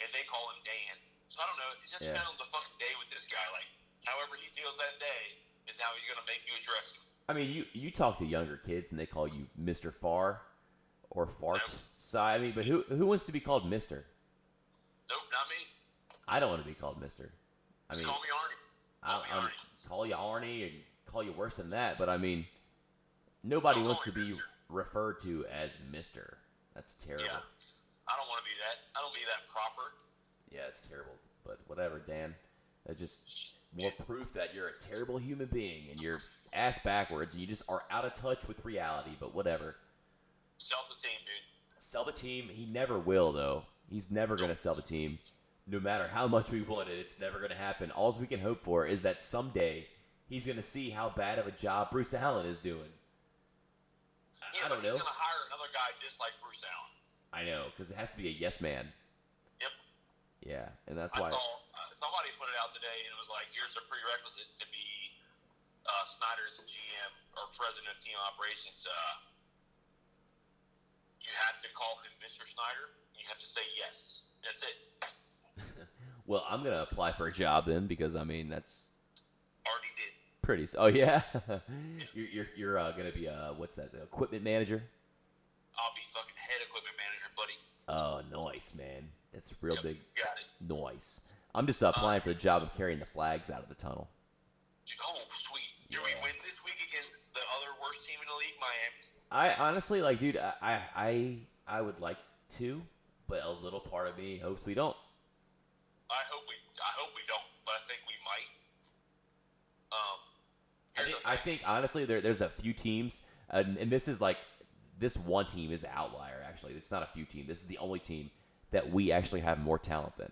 C: and they call him Dan. So I don't know. It just
B: Yeah.
C: depends on the fucking day with this guy. Like, however he feels that day is how he's gonna make you address him.
B: I mean, you you talk to younger kids and they call you Mr. Far or Fart. So I mean, but who who wants to be called Mister?
C: Nope, not me.
B: I don't want to be called Mister. I
C: Just
B: mean,
C: call me Arnie.
B: I,
C: me
B: I'm,
C: Arnie.
B: call you Arnie and call you worse than that. But I mean, nobody
C: Don't
B: wants to
C: call me
B: be
C: mister.
B: referred to as Mister. That's terrible.
C: Yeah, I don't want to be that. I don't be that proper.
B: Yeah, it's terrible. But whatever, Dan. That just more proof that you're a terrible human being and you're ass backwards and you just are out of touch with reality. But whatever.
C: Self the team, dude.
B: Sell the team. He never will, though. He's never going to sell the team. No matter how much we want it, it's never going to happen. All we can hope for is that someday he's going to see how bad of a job Bruce Allen is doing. I-
C: Yeah,
B: I don't
C: but
B: know.
C: He's gonna hire another guy just like Bruce Allen.
B: I know, because it has to be a yes man.
C: Yep.
B: Yeah, and that's
C: I
B: why.
C: saw uh, somebody put it out today, and it was like, here's a prerequisite to be uh, Snyder's GM or president of team operations. Uh, you have to call him Mr. Snyder. You have to say yes. That's it.
B: Well, I'm going to apply for a job then, because I mean, that's
C: Already did.
B: pretty. s- Oh, yeah? you're you're, you're uh, going to be, uh, what's that, the equipment manager?
C: I'll be fucking head equipment manager, buddy.
B: Oh, nice, man. That's a real
C: Yep,
B: big
C: you Got it.
B: noise. I'm just uh, applying for the job of carrying the flags out of the tunnel.
C: Oh, sweet. Do we
B: Yeah.
C: win this week against the other worst team in the league, Miami?
B: I honestly like, dude. I, I, I, I would like to, but a little part of me hopes we don't.
C: I hope we. I hope we don't, but I think we might. Um,
B: I
C: here's
B: think,
C: the
B: I
C: thing.
B: think honestly, there, there's a few teams, and, and this is like, this one team is the outlier. Actually, it's not a few team. This is the only team that we actually have more talent than.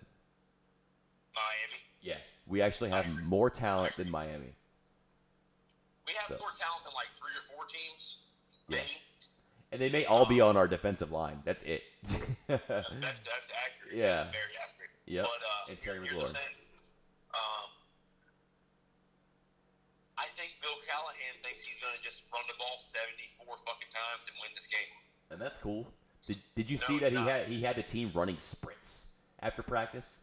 C: Miami.
B: Yeah, we actually have more talent than Miami.
C: We have
B: So-
C: more talent than like three or four teams.
B: Yeah.
C: Maybe.
B: And they may all be on our defensive line. That's it.
C: That's, that's accurate.
B: Yeah.
C: That's very accurate.
B: yep.
C: But uh,
B: And Terry
C: here's the
B: McLaurin.
C: thing. Um, I think Bill Callahan thinks he's going to just run the ball 74 fucking times and win this game.
B: And that's cool. Did, did you
C: No,
B: see
C: it's
B: that he
C: not.
B: had he had the team running sprints after practice?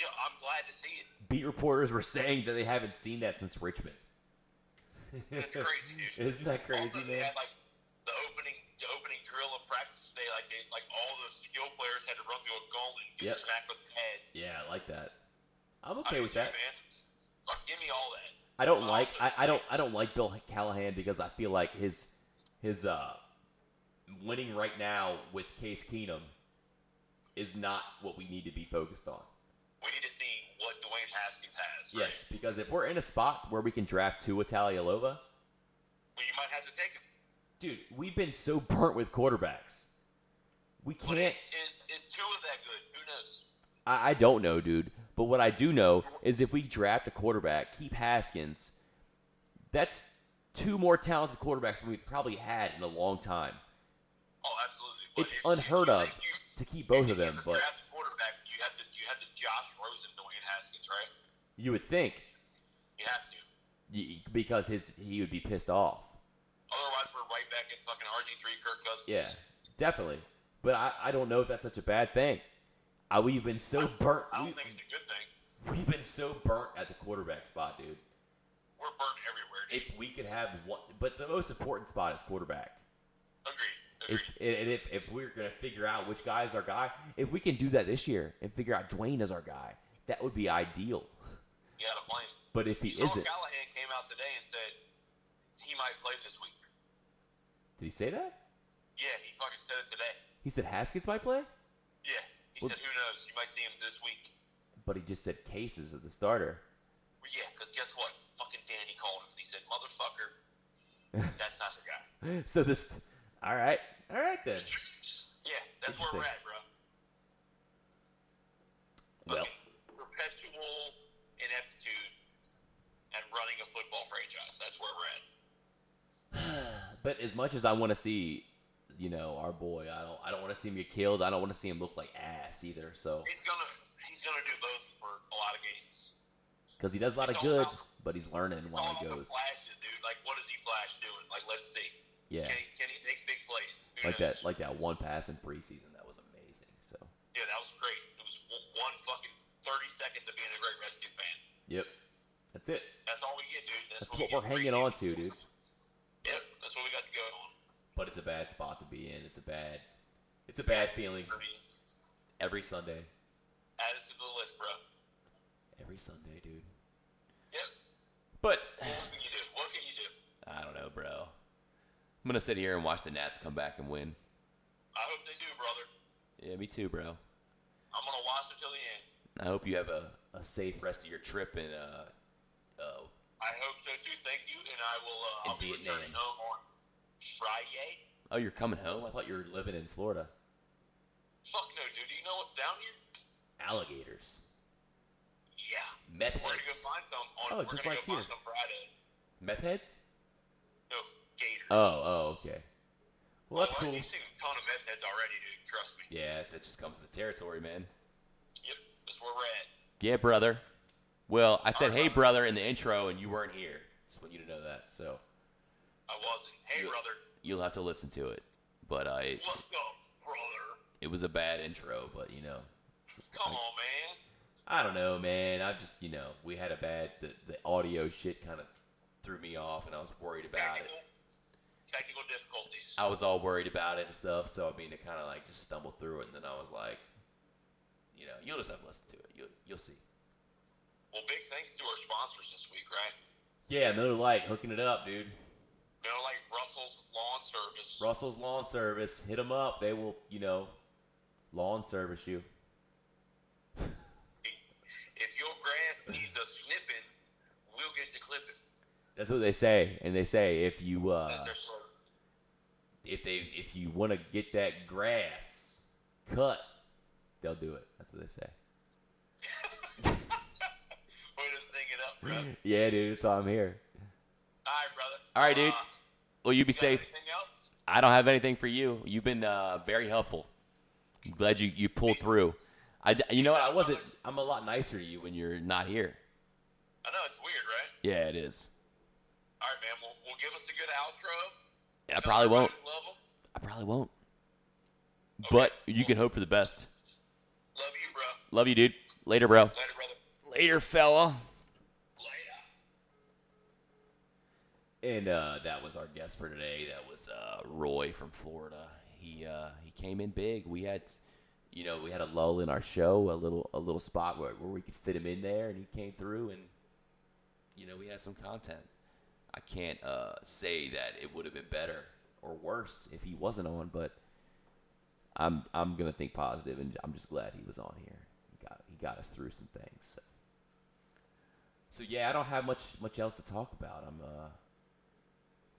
C: Yeah, I'm glad to see it.
B: beat reporters were saying that they haven't seen that since Richmond.
C: It's crazy, dude.
B: Isn't that crazy,
C: also, They
B: man?
C: had like the opening, the opening drill of practice today. Like they, like all the skill players had to run through a gauntlet and get
B: Yep.
C: smacked with pads.
B: Yeah, I like that. I'm
C: I
B: okay with
C: just do,
B: that.
C: man. Fuck, give me all that.
B: I don't
C: I
B: like
C: also-
B: I, I don't I don't like Bill Callahan because I feel like his his uh winning right now with Case Keenum is not what we need to be focused on.
C: We need to see what Dwayne Haskins has. Right?
B: Yes, because if we're in a spot where we can draft Tua Tagovailoa,
C: Well, you might have to take him.
B: dude, we've been so burnt with quarterbacks. We
C: But
B: can't
C: is, is, is two of that good? Who knows?
B: I, I don't know, dude. But what I do know is if we draft a quarterback, keep Haskins, that's two more talented quarterbacks than we've probably had in a long time.
C: Oh, absolutely. But
B: It's
C: if- if
B: unheard
C: you
B: of
C: think
B: to
C: you-
B: keep both
C: if
B: of
C: you
B: them,
C: have to
B: but
C: draft a quarterback, you have to you have to Josh Rosen, Dwayne Haskins, right?
B: you would think
C: You have to.
B: y- because his he would be pissed off.
C: Otherwise, we're right back at fucking RG three Kirk Cousins.
B: Yeah, definitely. But I, I don't know if that's such a bad thing. I, we've been so burnt.
C: I don't
B: we-
C: think it's a good thing.
B: we've been so burnt at the quarterback spot, dude.
C: We're burnt everywhere. Dude.
B: If we could have one, but the most important spot is quarterback.
C: Agreed.
B: if,
C: Agreed.
B: and if, if we're gonna figure out which guy is our guy, if we can do that this year and figure out Dwayne is our guy, that would be ideal.
C: You got to play him.
B: But if he
C: Sean
B: isn't, did
C: Callahan came out today and said he might play this week.
B: he say that?
C: Yeah, he fucking said it today.
B: He said Haskins might play.
C: Yeah. He
B: Well-
C: said, who knows? You might see him this week.
B: But he just said cases at the starter.
C: Well, yeah, because guess what? Fucking Danny called him. He said, motherfucker, that's not your guy.
B: So this, all right, all right then.
C: Yeah, that's where we're at, bro.
B: Well,
C: Fucking perpetual ineptitude at running a football franchise. That's where we're at.
B: but as much as I want to see, you know, our boy, I don't, I don't want to see him get killed. I don't want to see him look like ass either. So
C: He's gonna he's gonna do both for a lot of games.
B: because he does a lot of
C: It's all
B: good,
C: about-
B: but he's learning
C: It's all
B: while
C: about
B: he
C: the
B: goes.
C: flashes, dude. Like, what is he flash doing? Like, let's see.
B: Yeah,
C: Can he can he make big plays? Who
B: like that,
C: knows?
B: like that one pass in preseason that was amazing. So
C: yeah, that was great. It was w- one fucking thirty seconds of being a great Redskins fan.
B: yep, that's it.
C: That's all we get, dude. That's,
B: That's what
C: we
B: we're
C: get
B: hanging
C: preseason.
B: on to, dude.
C: Yep, that's what we got to go on.
B: But it's a bad spot to be in. It's a bad, it's a bad feeling
C: For me, add
B: every Sunday,
C: it to the list, bro.
B: every Sunday, dude.
C: Yep.
B: But
C: What can you do? What can you do?
B: I don't know, bro. I'm gonna sit here and watch the Nats come back and win.
C: I hope they do, brother.
B: Yeah, me too, bro.
C: I'm gonna watch until the end.
B: I hope you have a, a safe rest of your trip and uh, uh
C: I hope so too. Thank you, and I will. Uh, I'll
B: In
C: be
B: Vietnam.
C: returning home on Friday.
B: oh, you're coming home. I thought you were living in Florida.
C: Fuck no, dude. Do you know what's down here?
B: Alligators,
C: Yeah,
B: meth
C: we're gonna go
B: heads,
C: find some on.
B: Oh,
C: we're
B: just
C: gonna
B: like
C: go find
B: here.
C: some Friday.
B: meth heads.
C: No gators.
B: Oh, oh, okay. Well, that's
C: Oh,
B: cool.
C: I've seen a ton of meth heads already, dude. Trust me.
B: Yeah, that just comes with the territory, man.
C: Yep, that's where we're at.
B: Yeah, brother. Well, I said,
C: Alright,
B: "Hey,
C: brother."
B: brother," in the intro, and you weren't here. Just want you to know that. So
C: I wasn't. Hey,
B: Yeah.
C: brother.
B: you'll have to listen to it. But uh, it,
C: What's up, brother?
B: it was a bad intro, but you know,
C: Come on, man.
B: I don't know, man. I just, you know, we had a bad the, the audio shit kind of threw me off, and I was worried about it. Uh,
C: Technical, technical difficulties.
B: I was all worried about it and stuff. So I mean, it kind of like just stumbled through it, and then I was like, you know, you'll just have to listen to it. You'll you'll see.
C: Well, big thanks to our sponsors this week, right?
B: Yeah, Miller Lite hooking it up, dude.
C: You know, like Russell's Lawn Service.
B: Russell's Lawn Service, hit them up. They will, you know, lawn service you.
C: If your grass needs a snipping, we'll get to clipping.
B: That's what they say, and they say if you uh,
C: That's their slogan.
B: if they if you want to get that grass cut, they'll do it. That's what they say.
C: Way to sing it up, bro. All
B: Yeah, dude, that's why I'm here.
C: right, brother.
B: All right, dude.
C: Uh,
B: Well, you be
C: you got
B: safe.
C: Anything else?
B: I don't have anything for you. You've been uh, very helpful. I'm glad you, you pulled through. I, d- you know what? I wasn't. I'm a lot nicer to you when you're not here.
C: I know it's weird, right?
B: Yeah, it is.
C: All right, man. Well, well give us a good outro.
B: I probably won't.
C: Love 'em.
B: I probably won't. But you can hope for the best.
C: Love you, bro.
B: Love you, dude. Later, bro.
C: Later, brother.
B: Later, fella.
C: Later.
B: And uh, that was our guest for today. That was uh, Roy from Florida. He uh, he came in big. We had, you know, we had a lull in our show, a little a little spot where, where we could fit him in there, and he came through, and you know, we had some content. I can't uh, say that it would have been better or worse if he wasn't on, but I'm I'm gonna think positive, and I'm just glad he was on here. He got he got us through some things. So, so yeah, I don't have much much else to talk about. I'm uh.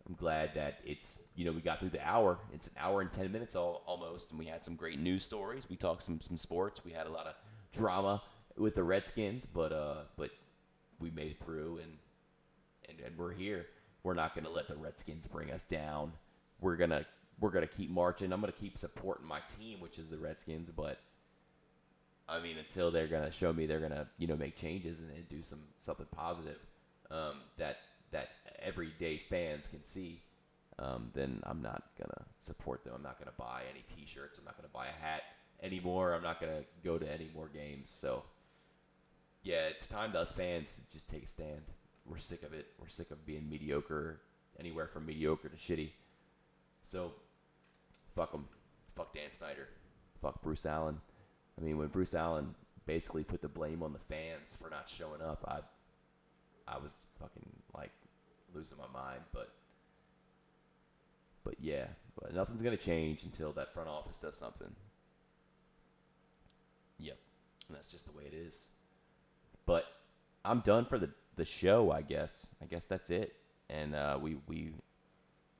B: I'm glad that it's you know we got through the hour. It's an hour and ten minutes all, almost, and we had some great news stories. We talked some some sports. We had a lot of drama with the Redskins, but uh, but we made it through, and and, and we're here. We're not gonna let the Redskins bring us down. We're gonna we're gonna keep marching. I'm gonna keep supporting my team, which is the Redskins, but. I mean, until they're gonna show me they're gonna you know make changes and, and do some something positive um, that that everyday fans can see, um, then I'm not gonna support them. I'm not gonna buy any T-shirts. I'm not gonna buy a hat anymore. I'm not gonna go to any more games. So yeah, it's time to us fans to just take a stand. We're sick of it. We're sick of being mediocre, anywhere from mediocre to shitty. So fuck them. Fuck Dan Snyder. Fuck Bruce Allen. I mean, when Bruce Allen basically put the blame on the fans for not showing up, I, I was fucking like losing my mind. But, but yeah, but nothing's gonna change until that front office does something. Yep. And that's just the way it is. But I'm done for the, the show, I guess. I guess that's it. And uh, we, we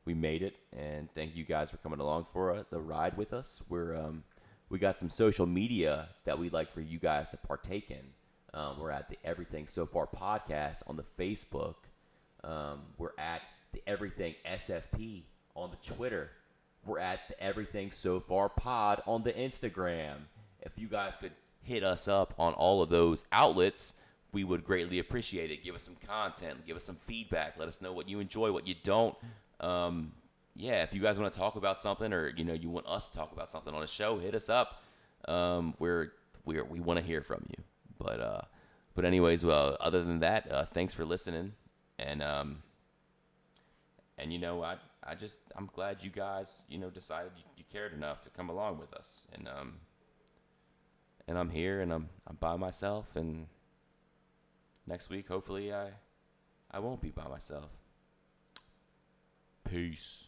B: we made it and thank you guys for coming along for uh, the ride with us we're um, we got some social media that we'd like for you guys to partake in um, we're at the everything so far podcast on the facebook um, we're at the everything sfp on the twitter we're at the everything so far pod on the instagram if you guys could hit us up on all of those outlets we would greatly appreciate it give us some content give us some feedback let us know what you enjoy what you don't um, yeah, if you guys want to talk about something or you know you want us to talk about something on a show, hit us up. Um, we're we're we want to hear from you. But uh, but anyways, well, other than that, uh, thanks for listening, and um, and you know I I just I'm glad you guys you know decided you, you cared enough to come along with us, and um, and I'm here and I'm I'm by myself, and next week hopefully I I won't be by myself. Peace.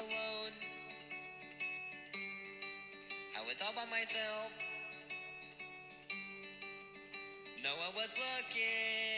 A: Alone. I was all by myself. No one was looking.